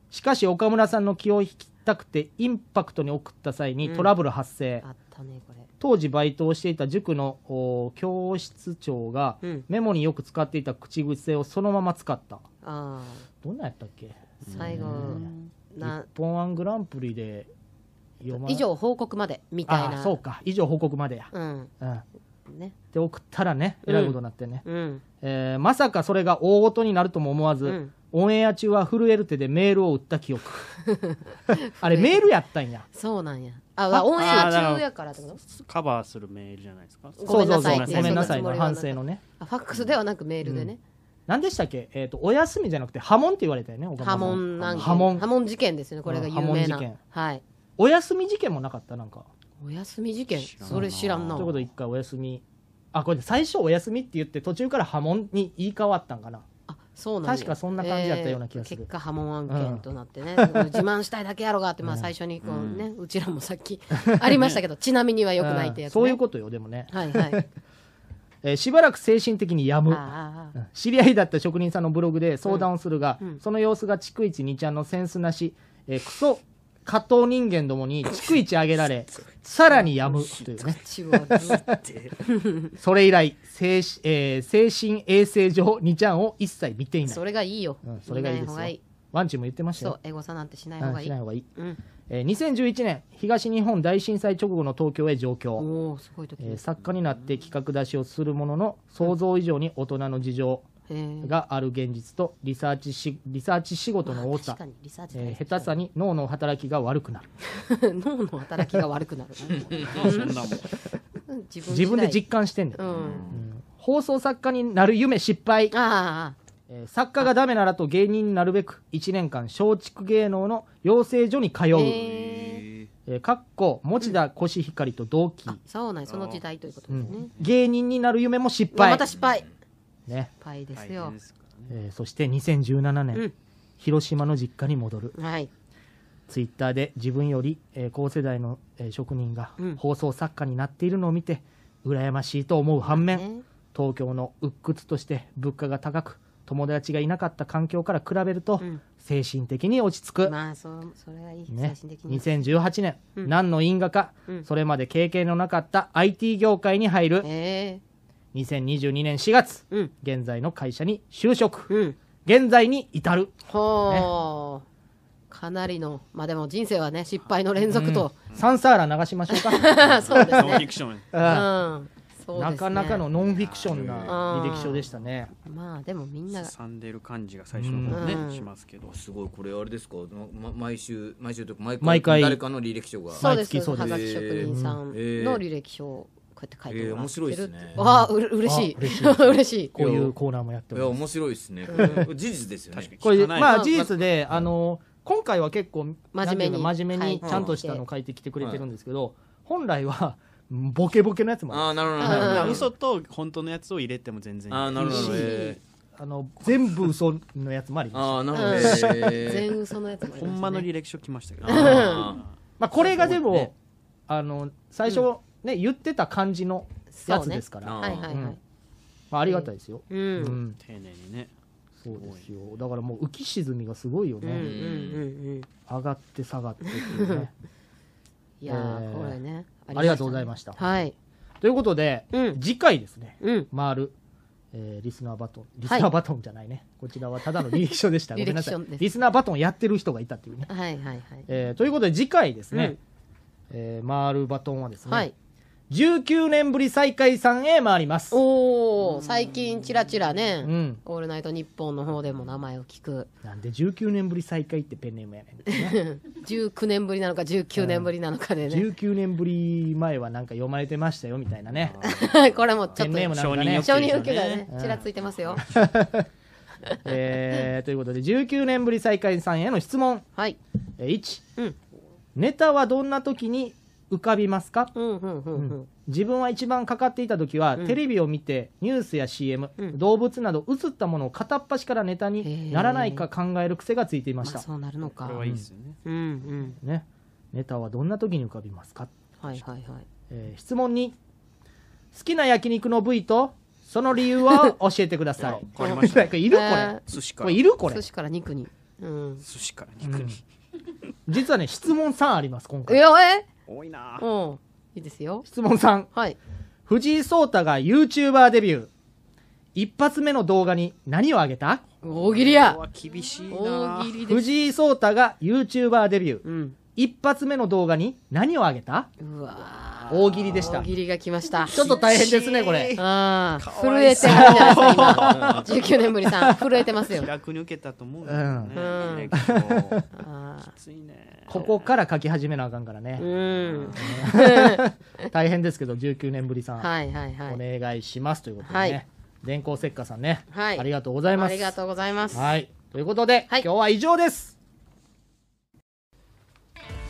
しかし岡村さんの気を引きたくてインパクトに送った際にトラブル発生、あったねこれ当時バイトをしていた塾のお教室長がうんメモによく使っていた口癖をそのまま使ったああどんなんやったっけ最後な日本アングランプリで読ま以上報告までみたいあなあそうか以上報告までや、うんうん、っねて送ったらねえらいことになってね、うんえーまさかそれが大事になるとも思わず、うんオンエア中は震える手でメールを打った記 憶あれメールやったんやそうなんやあオンエア中やからってことカバーするメールじゃないですかごめんなさいそうそうそうごめんなさいの反省のねあファックスではなくメールでね、何でしたっけ、えー、とお休みじゃなくて波紋って言われたよね岡村さ波ん紋なんか波紋波紋事件ですよねこれが有名な、うん波紋事件はいお休み事件もなかったなんかお休み事件知らんなそれ知らんなということで一回お休みあこれ最初お休みって言って途中から波紋に言い換わったんかなあそうなんや確かそんな感じやったような気がするえー結果波紋案件となってね、自慢したいだけやろ がって、まあ、最初にこうね、うちらもさっきありましたけどちなみにはよくないってやつ、ね、そういうことよでもね、はいはいえーしばらく精神的にやむあうん知り合いだった職人さんのブログで相談をするが、うんうんその様子が逐一2ちゃんのセンスなし、えークソ加藤人間どもに逐一上げられさらにやむというねあ血をずっとそれ以来精,、えー精神衛生上2ちゃんを一切見ていないそれがいいよ、うんそれがいいですよ見な方がいいワンチも言ってましたそようエゴサなんてしないうん方がいしい、ないう方がいい、ん、えー2011年東日本大震災直後の東京へ上京、おおすごい時えーです、作家になって企画出しをするものの想像以上に大人の事情えー、がある現実とリサーチしリサーチ仕事の多さ確か、にリサーチえー下手さに脳の働きが悪くなる脳の働きが悪くなる そんなもん自分自分で次実感してんねん、第うん放送作家になる夢失敗、あえー作家がダメならと芸人になるべく1年間松竹芸能の養成所に通う、えあへえーかっこ持田コシヒカリと同期、そうなんやその時代ということうですんね、芸人になる夢も失まあ敗、また失敗失ね敗で大す変よですからねえーそして2017年、うん広島の実家に戻るはいツイッターで自分より、えー高世代の、えー職人がうん放送作家になっているのを見て、羨ましいと思う反面、ね東京の鬱屈として物価が高く友達がいなかった環境から比べると、うん精神的に落ち着く、まあそうそれはいい、ね、精神的に2018年、うん何の因果か、うんそれまで経験のなかった IT 業界に入るええ2022年4月うん現在の会社に就職、うん現在に至る。ほう、かなりの、まあでも人生はね、失敗の連続と。サンサーラ流しましょうか。 そうですノンフィね。クション。うんうん。そうですねなかなかのノンフィクションな履歴書でしたね。まあでもみんながさんでる感じが最初の方ね、うんしますけど。すごいこれあれですか、ま、毎週毎週というか毎回毎回誰かの履歴書がそうです毎月そうはですがき職人さんの履歴書をこうやって書いてもらってえるー面白いですねわあうれ嬉しあい嬉しい 嬉しいこういうコーナーもやっていおやります。面白いですね、これ事実ですよね確かにこれ、汚いまあ事実で、あの、今回は結構、真面目になんていうの真面目にはいちゃんとしたのを書いてきてくれてるんですけど、本来は、ボケボケのやつもあるああなるほどうんなるほど、まあ嘘と本当のやつを入れても全然いいああなるほど、えあの、全部嘘のやつもありー、ます。ああなるほど、えー全嘘のやつもありほまんまのすね履歴書来ましたけど。あ まあ、これがでも、そうですねあの最初、ね言ってた感じのやつですから、そうねはいはいはいまあ、ありがたいですよ、ううんうんん丁寧にね。そうですよだからもう浮き沈みがすごいようんうね、んうん上がって下がってっていうね いやーえーこれねありがとうございましたはいということで、うん次回ですねうん回る、えーリスナーバトンリスナーバトンじゃないね、こちらはただの履歴書でした ご履めんな歴さ書ですいリスナーバトンやってる人がいたっていうね、はいはいはいえーということで次回ですね、うんえー回るバトンはですね、はい19年ぶり再開さんへ回りますおお最近ちらちらねうんオールナイトニッポンの方でも名前を聞くなんで19年ぶり再開ってペンネームやねんってね、 19年ぶりなのか19年ぶりなのかでね19年ぶり前はなんか読まれてましたよみたいな ねこれもちペょっンとネームなんか承認ね欲承認欲求がねうんちらついて ますよ えーということで19年ぶり再開さんへの質問はいえー1、うんネタはどんな時に浮かびますか、うんうんうんうん自分は一番かかっていた時は、テレビを見てニュースや CM、うん動物など映ったものを片っ端からネタにならないか考える癖がついていままあした、そうなるのかこれはいいですよね。うんうんね、ネタはどんな時に浮かびますかはいはいはいえー質問に好きな焼肉の部位とその理由 を教えてください変わりましたなんか いるこれ、え寿司かこられいるこーれ寿司から肉にうん寿司から肉に。実はね質問3あります今い回やえ多いな。うんいいですよ質問3はい藤井聡太が YouTuber デビュー一発目の動画に何をあげた大喜利やこれは厳しいな大。喜利です藤井聡太が YouTuber デビューうん一発目の動画に何をあげたうわ大喜利でした大喜利が来ましたちょっと大変ですねこれああ震えてはるじゃないですか今19年 ぶりさん震えてますよ気楽に受けたと思うんだよね。うん履歴書あきついね。ここから書き始めなあかんからーねう、ん大変ですけど19年ぶりさん、はいはいはおい願いしますということでね、はい電光石火さんね、はいありがとうございまあすりがとうございますはい。ということで、はい今日は以上です。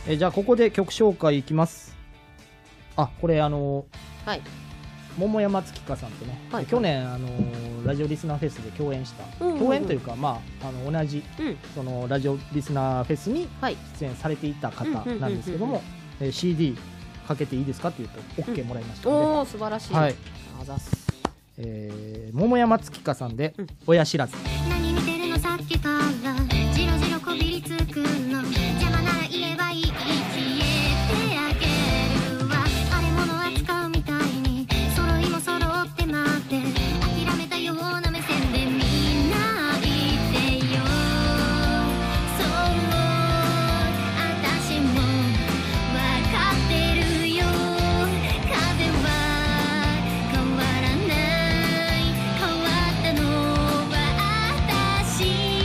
えじゃあ、ここで曲紹介いきます。あ、これ、あのはい桃山月花さんとね、はい去年、あのラジオリスナーフェスで共演した、うんうんうん共演というか、まあ、あの同じ、うんそのラジオリスナーフェスにはい出演されていた方なんですけどうんも、えー CD かけていいですかって言うと、OK もらいましたので、おお素晴らしいはいあざっすえー桃山月花さんでうん、親知らず。何見てるのさっきからじろじろこびりつくの邪魔なら言えばいい消えてあげるわあれ物扱うみたいに揃いも揃って待って諦めたような目線でみんな言ってよそう私も分かってるよ風は変わらない変わったのはあ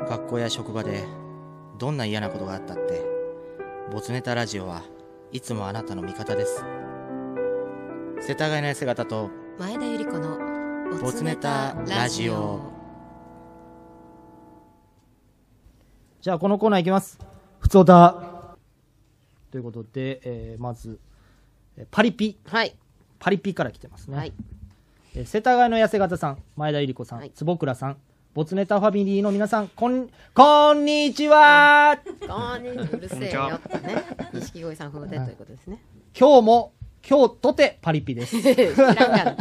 学校や職場でどんな嫌なことがあったってボツネタラジオはいつもあなたの味方です世田谷の痩せ方と前田由里子のボツネタラジオじゃあこのコーナーいきます。ふつおた。ということで、えーまず、えーパリピ。はい。パリピから来てますね。はい。えー世田谷の痩せ方さん、前田ゆり子さん、坪倉さん、ボツネタファミリーの皆さん、こん、こんにちは、こんにちは。うるせえよってね。錦鯉さん風でということですね。 今日も、今日とてパリピです。知らんがな。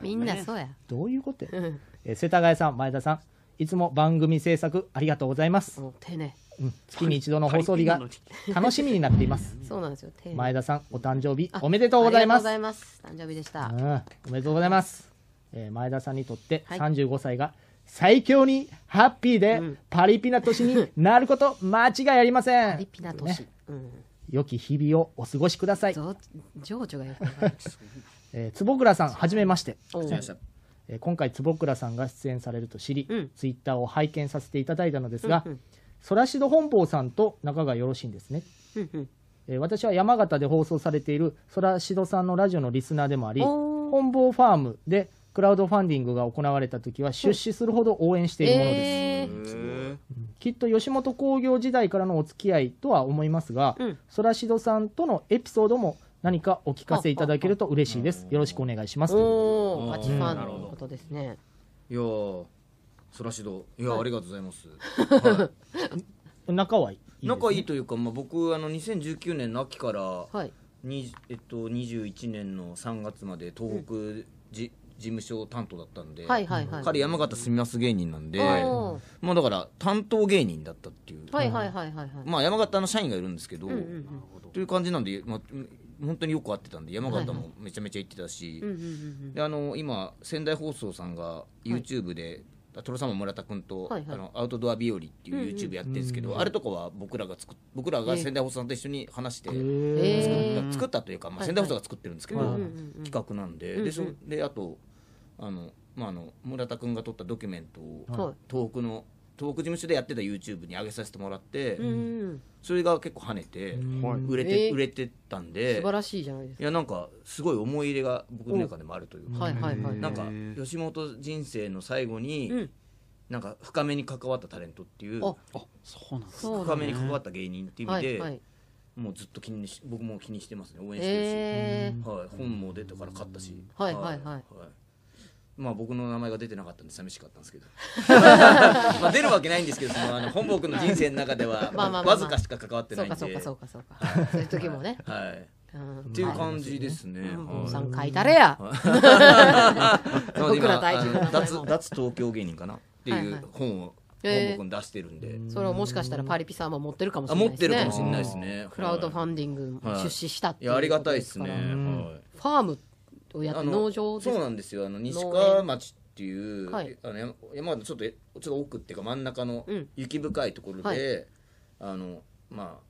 みんなそうや。どういうことや、うん。えー世田谷さん、前田さん、いつも番組制作ありがとうございます。もう丁寧。うん月に一度の放送日が楽しみになっています。 そうなんですよ。丁寧。前田さん、お誕生日あおめでとうございまありがとうごすざ。います。誕生日でした。うんおめでとうございます、えー前田さんにとってはい35歳が最強にハッピーでパリピな年になる こと間違いありませパリんピな年。ねうん。良き日々をお過ごしください、ぞ情緒がよくわかる。 えー坪倉さんはじめまして、おう失礼しましたえー今回坪倉さんが出演されると知り、うんツイッターを拝見させていただいたのですがうんうんソラシド本坊さんと仲がよろしいんですねうんうんえー私は山形で放送されているそらしどさんのラジオのリスナーでもありおー本坊ファームでクラウドファンディングが行われた時は出資するほど応援しているものです、えーきっと吉本興業時代からのお付き合いとは思いますがうんそらしどさんとのエピソードも何かお聞かせいただけると嬉しいですよろしくお願いしますおうお、んガチファンのことですね。いやーそらしどいやーありがとうござい ます、は仲はいいですい、仲いいというか、まあ、僕あの2019年の秋からはい。に、えっと、21年の3月まで東北じ、事務所担当だったんで、はいはいはい彼山形住みます芸人なんで、おーまあだから担当芸人だったっていう、はいはいはいはいはい。まあ山形の社員がいるんですけど、うんうんうんという感じなんで、まあ、本当によく会ってたんで山形もめちゃめちゃ行ってたし、うんうんうんであの今仙台放送さんが YouTube で「トロサマ村田君と、はいはいあのアウトドア日和」っていう YouTube やってるんですけど、あれとかは僕らが作っ僕らが仙台放送さんと一緒に話して、うん。作えった作ったというか、まあ、はい仙台放送が作ってるんですけど、うんうんうんうん企画なんで、うんうんでそであとあの、まあ、あの村田君が撮ったドキュメントを、はい東北の東北事務所でやってた YouTube に上げさせてもらって、ーうん。それが結構跳ねて、売れえてー売れてったん素で晴らしいじゃないですいやなんかすごい思い入れが僕の中でもあるというか。か、はいはいはい。なんか吉本人生の最後に、うんなんか深めに関わったタレントっていうあそうなんですそうな深んめだに関わった芸人っていう意は味で、いはい。もうずっと気にし僕も気にしてますね応援してるし。えー。はい、本も出たから買ったし、はいはいはいまあ僕の名前が出てなかったんで寂しかったんですけど まあ出るわけないんですけどそのあの本僕の人生の中ではまあまあまあまあわずかしか関わってそなういんでかそうかそうかそうか。そういう時もね。 はいうんっていう感じですね、うんさはん書いたれや。 い、なので僕ら今大事な名あの前脱も脱東京芸人かなってはいいはいう本をえー本僕に出してるんで、それをもしかしたらパリピさんも持ってるかもしあれない持でっすね。てるかもしれないですねクラウドファンンディング出資したっていいうやありがことたいでですすかね、らはいファームをやっあての農場ですそうかなんですよあの西農川園町っていう、はいあの山山形ちょっとえちょっと奥っていうか真ん中のうん雪深いところで、はいあのまあ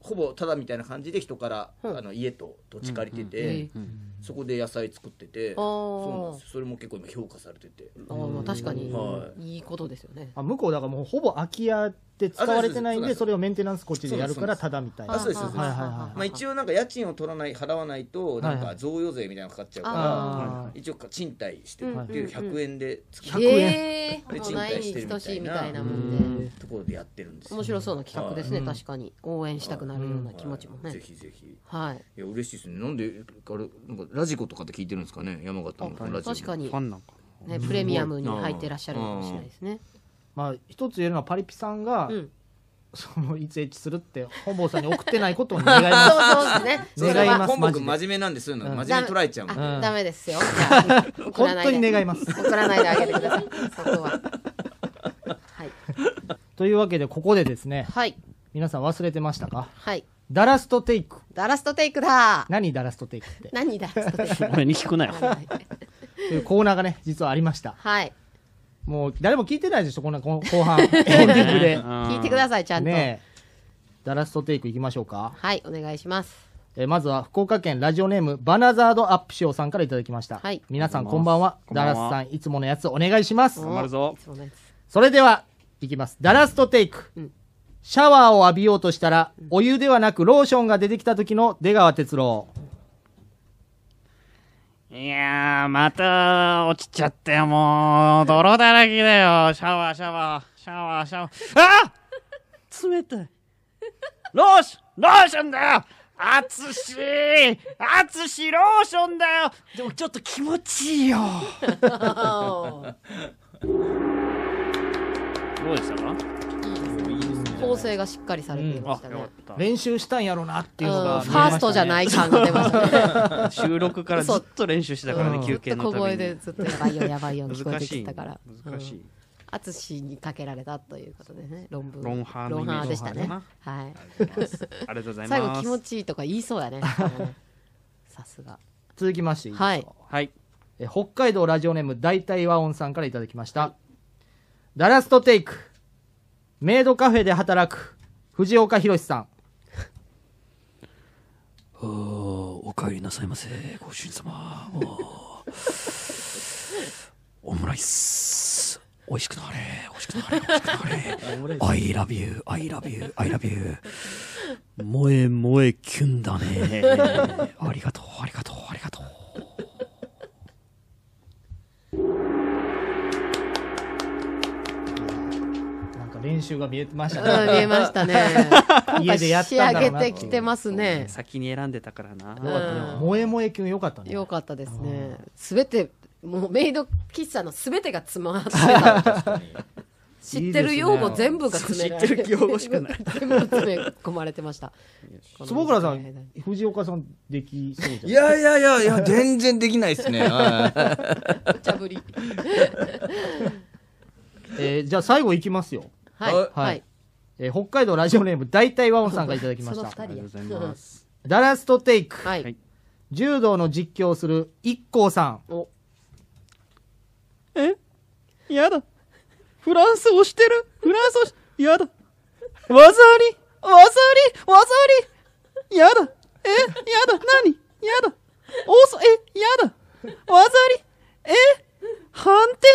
ほぼただみたいな感じで人から、うんあの家と土地借りてて、えそこで野菜作ってて、あーそうなんですよそれも結構今評価されててあーまあ確かにはいいいことですよね。あ向こうだからもうほぼ空き家って使われてないんあそうですそうでですそれをメンテナンスこっちでやるからそただみたいあなそうですそうですはいはいはいまあ、一応なんか家賃を取らない払わないとなんはいはかい贈与税みたいなのかかっちゃうから、あ一応か賃貸してうんるっていう100円で月100円ええでもう賃ない貸にしてる等みたしいいみたないなもんで。ところでやってるんですよ面白そうな企画ですね、はい確かに応援したくなるような気持ちもはいねぜ、ひぜひはいいや嬉しいですねなんであれなんかラジコとかって聞いてるんですかね山形のラジコ確かにファ、ンなんかね、プレミアムに入ってらっしゃるかもしれないですね。まあ一つ言えるのはパリピさんが、うん、そのいつエッチするって本坊さんに送ってないことを願いま そうそうですね。す 願それいはます本マ僕ジ真で面目なんですよ、ん真面目に捉えちゃうもんあうんダメですよ。じゃあ送ら本ない当でに願います送らないであげてください。そこ は。 はいというわけでここでですねはい皆さん忘れてましたかはい。ダラストテイクダラストテイクだ。何ダラストテイクって何ダラストテイク。俺に聞くなよ というコーナーがね実はありました はい。もう誰も聞いてないでしょこんなこの後 半エンディングで聞いてくださいちゃんと。ねえダラストテイクいきましょうかはいお願いします。えーまずは福岡県ラジオネームバナザードアップ賞さんからいただきました、はい皆さんこんばんはこんダばんはラスさんいつものやつお願いします頑張るぞいつものやつそれではいきます。ダラストテイク。うんシャワーを浴びようとしたら、お湯ではなくローションが出てきた時の出川哲郎。いやー、また落ちちゃったよ、もう。泥だらけだよ。シャワー、シャワー、シャワー、シャワー。あー冷たい。ローション、ローションだよあつしあつしローションだよでもちょっと気持ちいいよ。どうでしたか構成がしっかりされていましたね、っ練習したんやろなっていうのうんが、。ファーストじゃないい感が出ましたね。た。 収録からずっと練習してたからね、嘘休憩の小ため声に。でずっとやばいよやばいよ聞こ 難えてしきい。たから。難しうんい。淳にかけられたということでね論文ロンハーのロインメハーージでしたねロンハはいあ りがとうございます。最後気持ちいいとか言いそうやね さすが続きましていいですか、はいはい。え北海道ラジオネーム大体和音さんからいただきました、ダラストテイクメイドカフェで働く藤岡弘さんお帰りなさいませ、ご主人様。オムライス。美味しくなれ、美味しくなれ、美味しくなれ。I love you, I love you, I love you. 萌え萌えキュンだね。ありがとう、ありがとう、ありがとう。なんか練習が見えてましたうんね見えましたね 家でやったんだろうな仕上げてきてますね先に選んでたからな。よかったね萌え萌えキュンよかったねよかったですねすべてもうメイド喫茶のすべてが詰まってた知ってる用語全部が詰められいいですねそう知ってる用語しかない 全部詰め込まれてました坪倉さん藤岡さんできそうじゃないいやいやいやいや、全然できない ですね。はい無茶ぶりえーじゃあ最後いきますよ、はいはいはいえー北海道ラジオネーム大体和音さんからいただきまそしたの二人やありがとうございますダラストテイク、ははいい柔道の実況をする一光さんおやだ。フランス押してる。フランス押し、やだ。技あり。技あり。技あり。やだ。え、やだ。何やだ。おそ、え、やだ。技あり。え、判定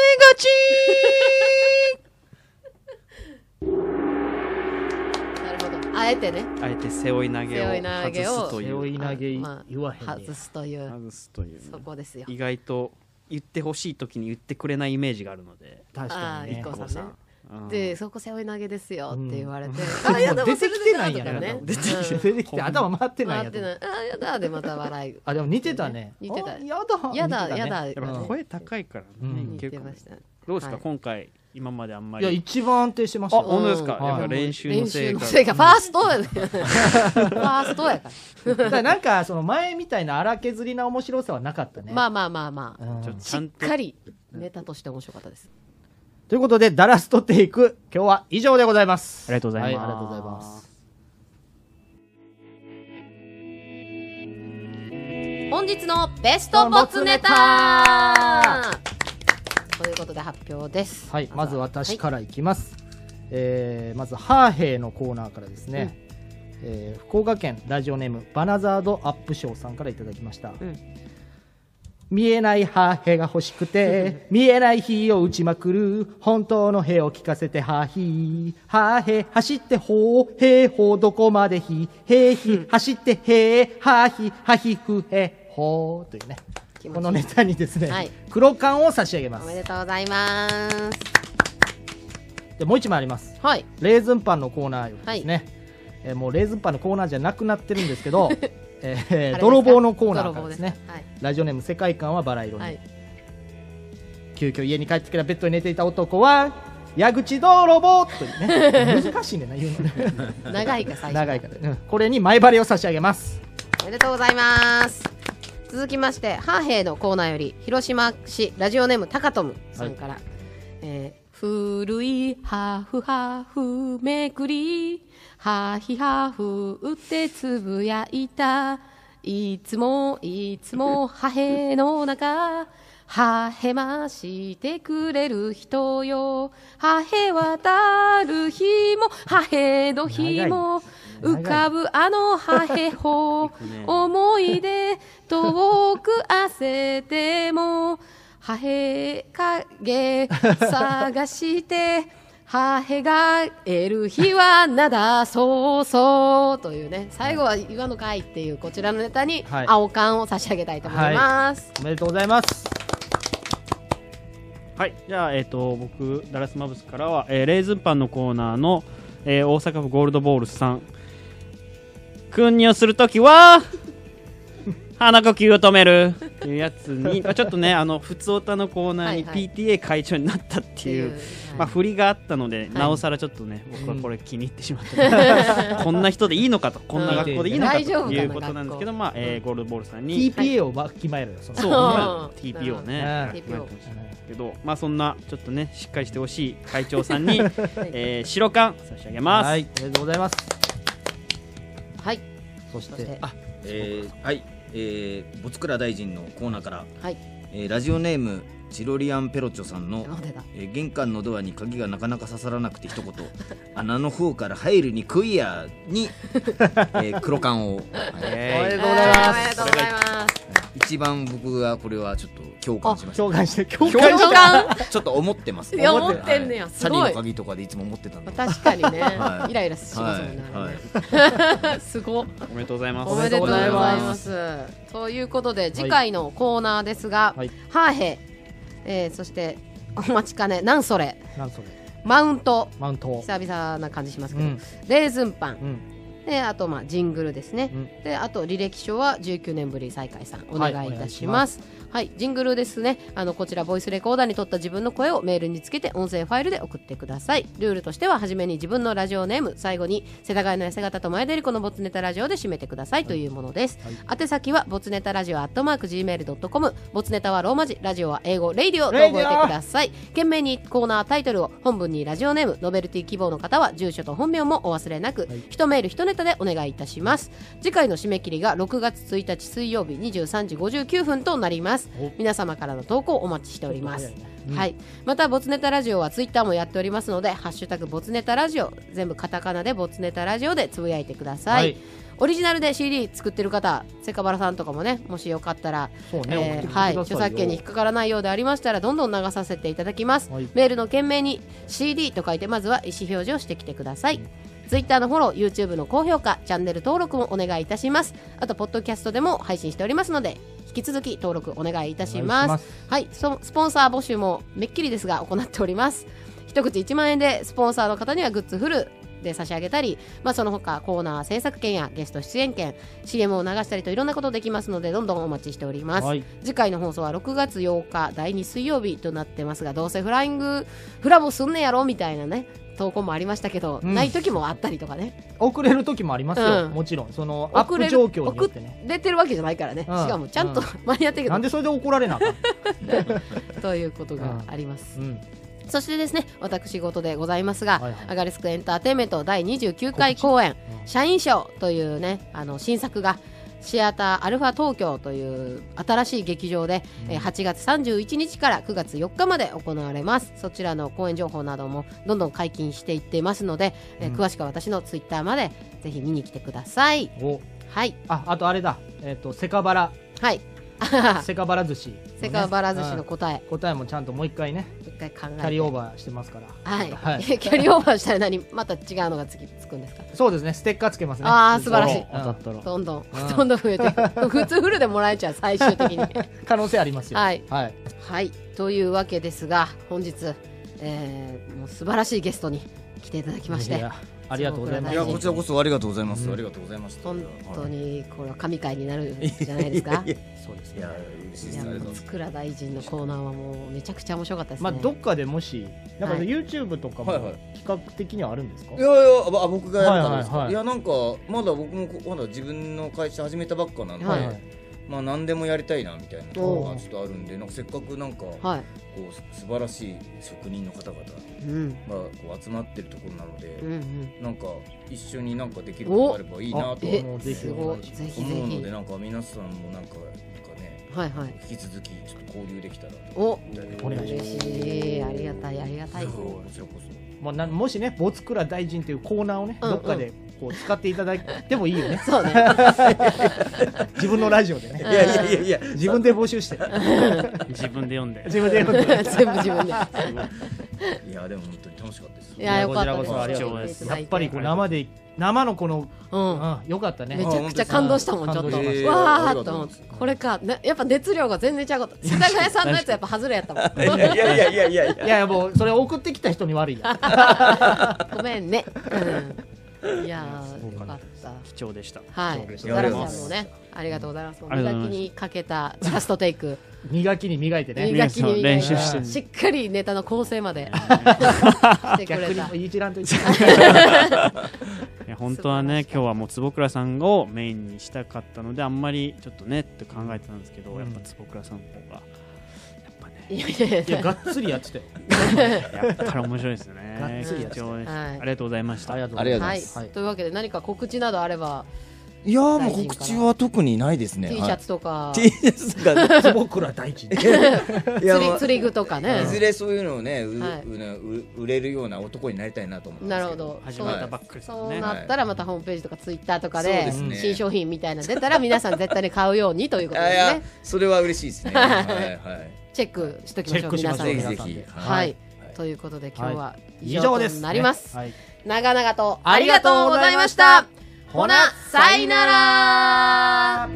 勝ちなるほどあえてねあえて背負い投げを背負い投げを外すと背負い投げまあ言わへんねや外すという外すというそこですよ意外と言ってほしい時に言ってくれないイメージがあるので。確かにねあー IKKO さんねうんでそこ背負い投げですよって言 われて、んあやだもう出てきてないんや忘れたとかね出てきて出てきて頭回ってうんない回やと思ってなういあやだでまた笑いあでも似てたね似てたあやだやだ、似てたねやだ。やっぱ声高いからね、うん似結て構ました。どうですか、はい今回今まであんまいりや一番安定してましたあよ本当ですか、うんやっぱ練習の練せ習いのかせいか、ファーストやねファーストやかだからなんかその前みたいな荒削りな面白さはなかったねら。まあまあまあまあ。うんちょっとちしゃっんとかりネタとして面白かったです。ということでダラストテイク今日は以上でございますありがとうございますはありがとうございます本日のベストボツネタということで発表です。はい、まず私ら。からいきます、えーまず「ハーヘー」のコーナーからですね、えー福岡県ラジオネームバナザードアップショーさんからいただきました、ん見えないハーヘーが欲しくて見えない日を打ちまくる本当のヘを聞かせてハーヒーハーヘー走ってホーヘーホーどこまでヒーヘーヒー走ってヘーハーヒーハヒフヘーホーというね気持ちいこいのネタにですね、はい黒缶を差し上げまおすめでとうございます。でもう一枚ありますはい。レーズンパンのコーナーよりですね、えーもうレーズンパンのコーナーじゃなくなってるんですけ ど、えーあれですか泥棒のコーナーからですね泥棒ですラジオネーム世界観はバラ色に、はい。はい。急遽家に帰ってきたらベッドに寝ていた男は矢口泥棒という ね難しいねんな言うのね長いか最初。長いから、うんこれに前張りを差し上げますおめでとうございます続きましてハーヘイのコーナーより広島市ラジオネームタカトムさんから、えー古いハーフハーフめくりハーヒハーフ打ってつぶやいたいつもいつもハヘの中はへましてくれる人よはへ渡る日もはへの日も長い浮かぶあのはへほ思い出遠く焦 ってもはへ影探してはへがえる日はなだそうそうというね最後は岩の会っていうこちらのネタにはい青缶を差し上げたいと思います、おめでとうございますはい、じゃあ、えっ、と、僕、ダラスマブスからは、えーレーズンパンのコーナーの、えー大阪府ゴールドボールスさん。訓にをするとき は、鼻呼吸を止めるっていうやつに、 まあちょっとね、あの、普通歌のコーナーにはい PTA 会長になったっていう、っていうまあ、はい振りがあったので、なおさらちょっとね、僕はこれ気に入ってしまった、 こんな人でいいのかと、こんな学校でいいのかとうん大丈夫かないうことなんですけど、まあ、えーゴールドボールスさんに、 TPA をわきまえろよそのそう、うんまあ TPO ね、うはんいなんかけど、まあそんなちょっとねしっかりしてほしい会長さん に、えー、白缶差し上げます。はいおめでとうございますはいそしそしててあ、えー、はい、えー、ボツクラ大臣のコーナーから、はいえーラジオネームチロリアンペロチョさんのなんでだえー玄関のドアに鍵がなかなか刺さらなくて一言 「穴の方から入るに食いや」 に、えー黒缶を、はいおめでとうございあまーおめですとうございます一番僕はこれはちょっと共感しました共感して共共感ちょっと思ってますいや思ってんねやはいすチャごいリの鍵とかでいつも思ってたんで確かにね、 はいイライラしますもんね、はいはいあれね すごっおめでとうございます。おめでとうございますすということで次回のコーナーですが「ははいい、ハーヘ」えーそしてお待ちかね「なんそれなんそれ」マウントマウント久々な感じしますけうど、んレーズンパンうんであとまあジングルですね、うんであと履歴書は19年ぶり再開さんおはい願いいたしますはい、ジングルですねあのこちらボイスレコーダーに撮った自分の声をメールにつけて音声ファイルで送ってくださいルールとしては初めに自分のラジオネーム最後に世田谷の痩せ方と前田理子のボツネタラジオで締めてくださいというものです、宛先はボツネタラジオアットマーク Gmail.com ボツネタはローマ字ラジオは英語レイディオと覚えてください懸命にコーナータイトルを本文にラジオネームノベルティ希望の方は住所と本名もお忘れなく、一メール一ネタでお願いいたします次回の締め切りが6月1日水曜日23時59分となります皆様からの投稿お待ちしておりますはい、またボツネタラジオはツイッターもやっておりますので「ハッシュタグボツネタラジオ」全部カタカナでボツネタラジオでつぶやいてください、はいオリジナルで CD 作ってる方セカバラさんとかもねもしよかったらそうね送ってきてえーくだはさいいよ著作権に引っかからないようでありましたらどんどん流させていただきます、はいメールの件名に CD と書いてまずは意思表示をしてきてください、ツイッターのフォロー、YouTube の高評価、チャンネル登録もお願いいたします。あと、ポッドキャストでも配信しておりますので、引き続き登録お願いいたします。お願いしはいそ、スポンサー募集もめっきりですが行っております。一口1万円でスポンサーの方にはグッズフルで差し上げたり、まあ、その他コーナー制作権やゲスト出演権、CM を流したりといろんなことできますので、どんどんお待ちしております。はい次回の放送は6月8日第2水曜日となってますがどうせフライングフラボすんねやろみたいなね投稿もありましたけど、うんない時もあったりとかね遅れる時もありますよ、うんもちろんそのアッ遅プれ状る況によっ遅てねれてるわけじゃないからね、うんしかもちゃんとう間に合ってるけど、なんでそれで怒られなあかん、 ということがあります、うん、そしてですね私事でございますが、はいはいアガリスクエンターテインメント第29回公演「社員賞」というねあの新作がシアターアルファ東京という新しい劇場で、えー8月31日から9月4日まで行われますそちらの公演情報などもどんどん解禁していっていますので、えー詳しくは私のツイッターまでぜひ見に来てくださいおはいああとあれだえっ、とセカバラはい セカバラ寿司のね、セカバラ寿司のうん答え答えもちゃんともう一回ね一回考えキてャリーオーバーしてますからはい、はい キャリーオーバーしたら何また違うのがつきつくんですかそうですねステッカーつけますねあー素晴らしい当たったらどんどん、どんどん増えていく普通フルでもらえちゃう最終的に可能性ありますよはいはい、はいというわけですが本日、えーもう素晴らしいゲストに来ていただきましいてやありがとうございまいすやこちらこそありがとうございます、ありがとうございました本当にこれは神回になるんじゃないです かいやそうですいねや嬉しいですありがとうございます松倉大臣のコーナーはもうめちゃくちゃ面白かったですね、まあどっかでもしなんかはい YouTube とかもはいはい企画的にはあるんですか、いやいやあ僕がやったんですか、はいいはいはいやなんかまだ僕もこまだ自分の会社始めたばっかなんで、ははいまあ何でもやりたいなみたいなのがちょっとあるんでなんかせっかくなんか、はい、こう素晴らしい職人の方々がうんこう集まってるところなので、うんうんなんか一緒になんかできることがあればいいなとえはもうぜひすごいお願いしますぜひぜ思うのひでなんか皆さんもなんかなんかねはいはい引き続きちょっと交流できたらとおお願いしま嬉すしいありがたいありがたいこちらこそもうなもしねボツクラ大臣というコーナーをね、うんどっかでこう使っていただいてもいいよね そうね。 自分のラジオでねういやいやいやいや自分で募集して自分で読んで自分で読んでん 全部自分 で。いやでも本当に楽しかったですいや、よかったこでちす。らこそありがとうございますやっぱりこう生で生のこの、うん。うん、よかったねめちゃくちゃ感動したもん、ちょっと。感動しましたわあーりっがととうご思っざいて。これか、ね、やっぱ熱量が全然違うかった。世田谷さんのやつやっぱ外れやったもいやいん。やいやいやいやいやいやいやもうそれ送ってきた人に悪いや ごめんね。うんいやー、よかった。貴重でした はい。ガラさんもね、ありがとうございます。ありがとうござい磨まきすにかけたラストテイク。磨きに磨いてね磨きに磨い皆さん練習してた。るしっかりネタの構成 までしてく逆れにたも。う一覧と一緒いや本当はね今日はもう坪倉さんをメインにしたかったのであんまりちょっとねって考えてたんですけど、やっぱ坪倉さんの方がやっぱねいやいやいいやや。がっつりやってたよ やっぱり面白いですねがっつりやって貴た重ですはいありがとうございましたありがとうありがとうございまはいすはい。というわけで何か告知などあれば、いやーもう告知は特にないですね T シャツとか、 T シャツ が ね坪倉大 地いや釣まりあ釣り具とかねい。ずれそういうのをね、うはいうなう売れるような男になりたいなと思ってますなけるほど。始そうまったばっかりですもそんうねなったらまたホームページとかツイッターとかそうでですね新商品みたいなの出たら皆さん絶対に買うようにということであいやね、それは嬉しい ですね。はいはい。チェックしときましょうチェックしましょ皆さうんぜでひはぜ皆さんひで。はいいということで今日は以以上上とですねなりますはい長々とありがとうございましたほなさいなら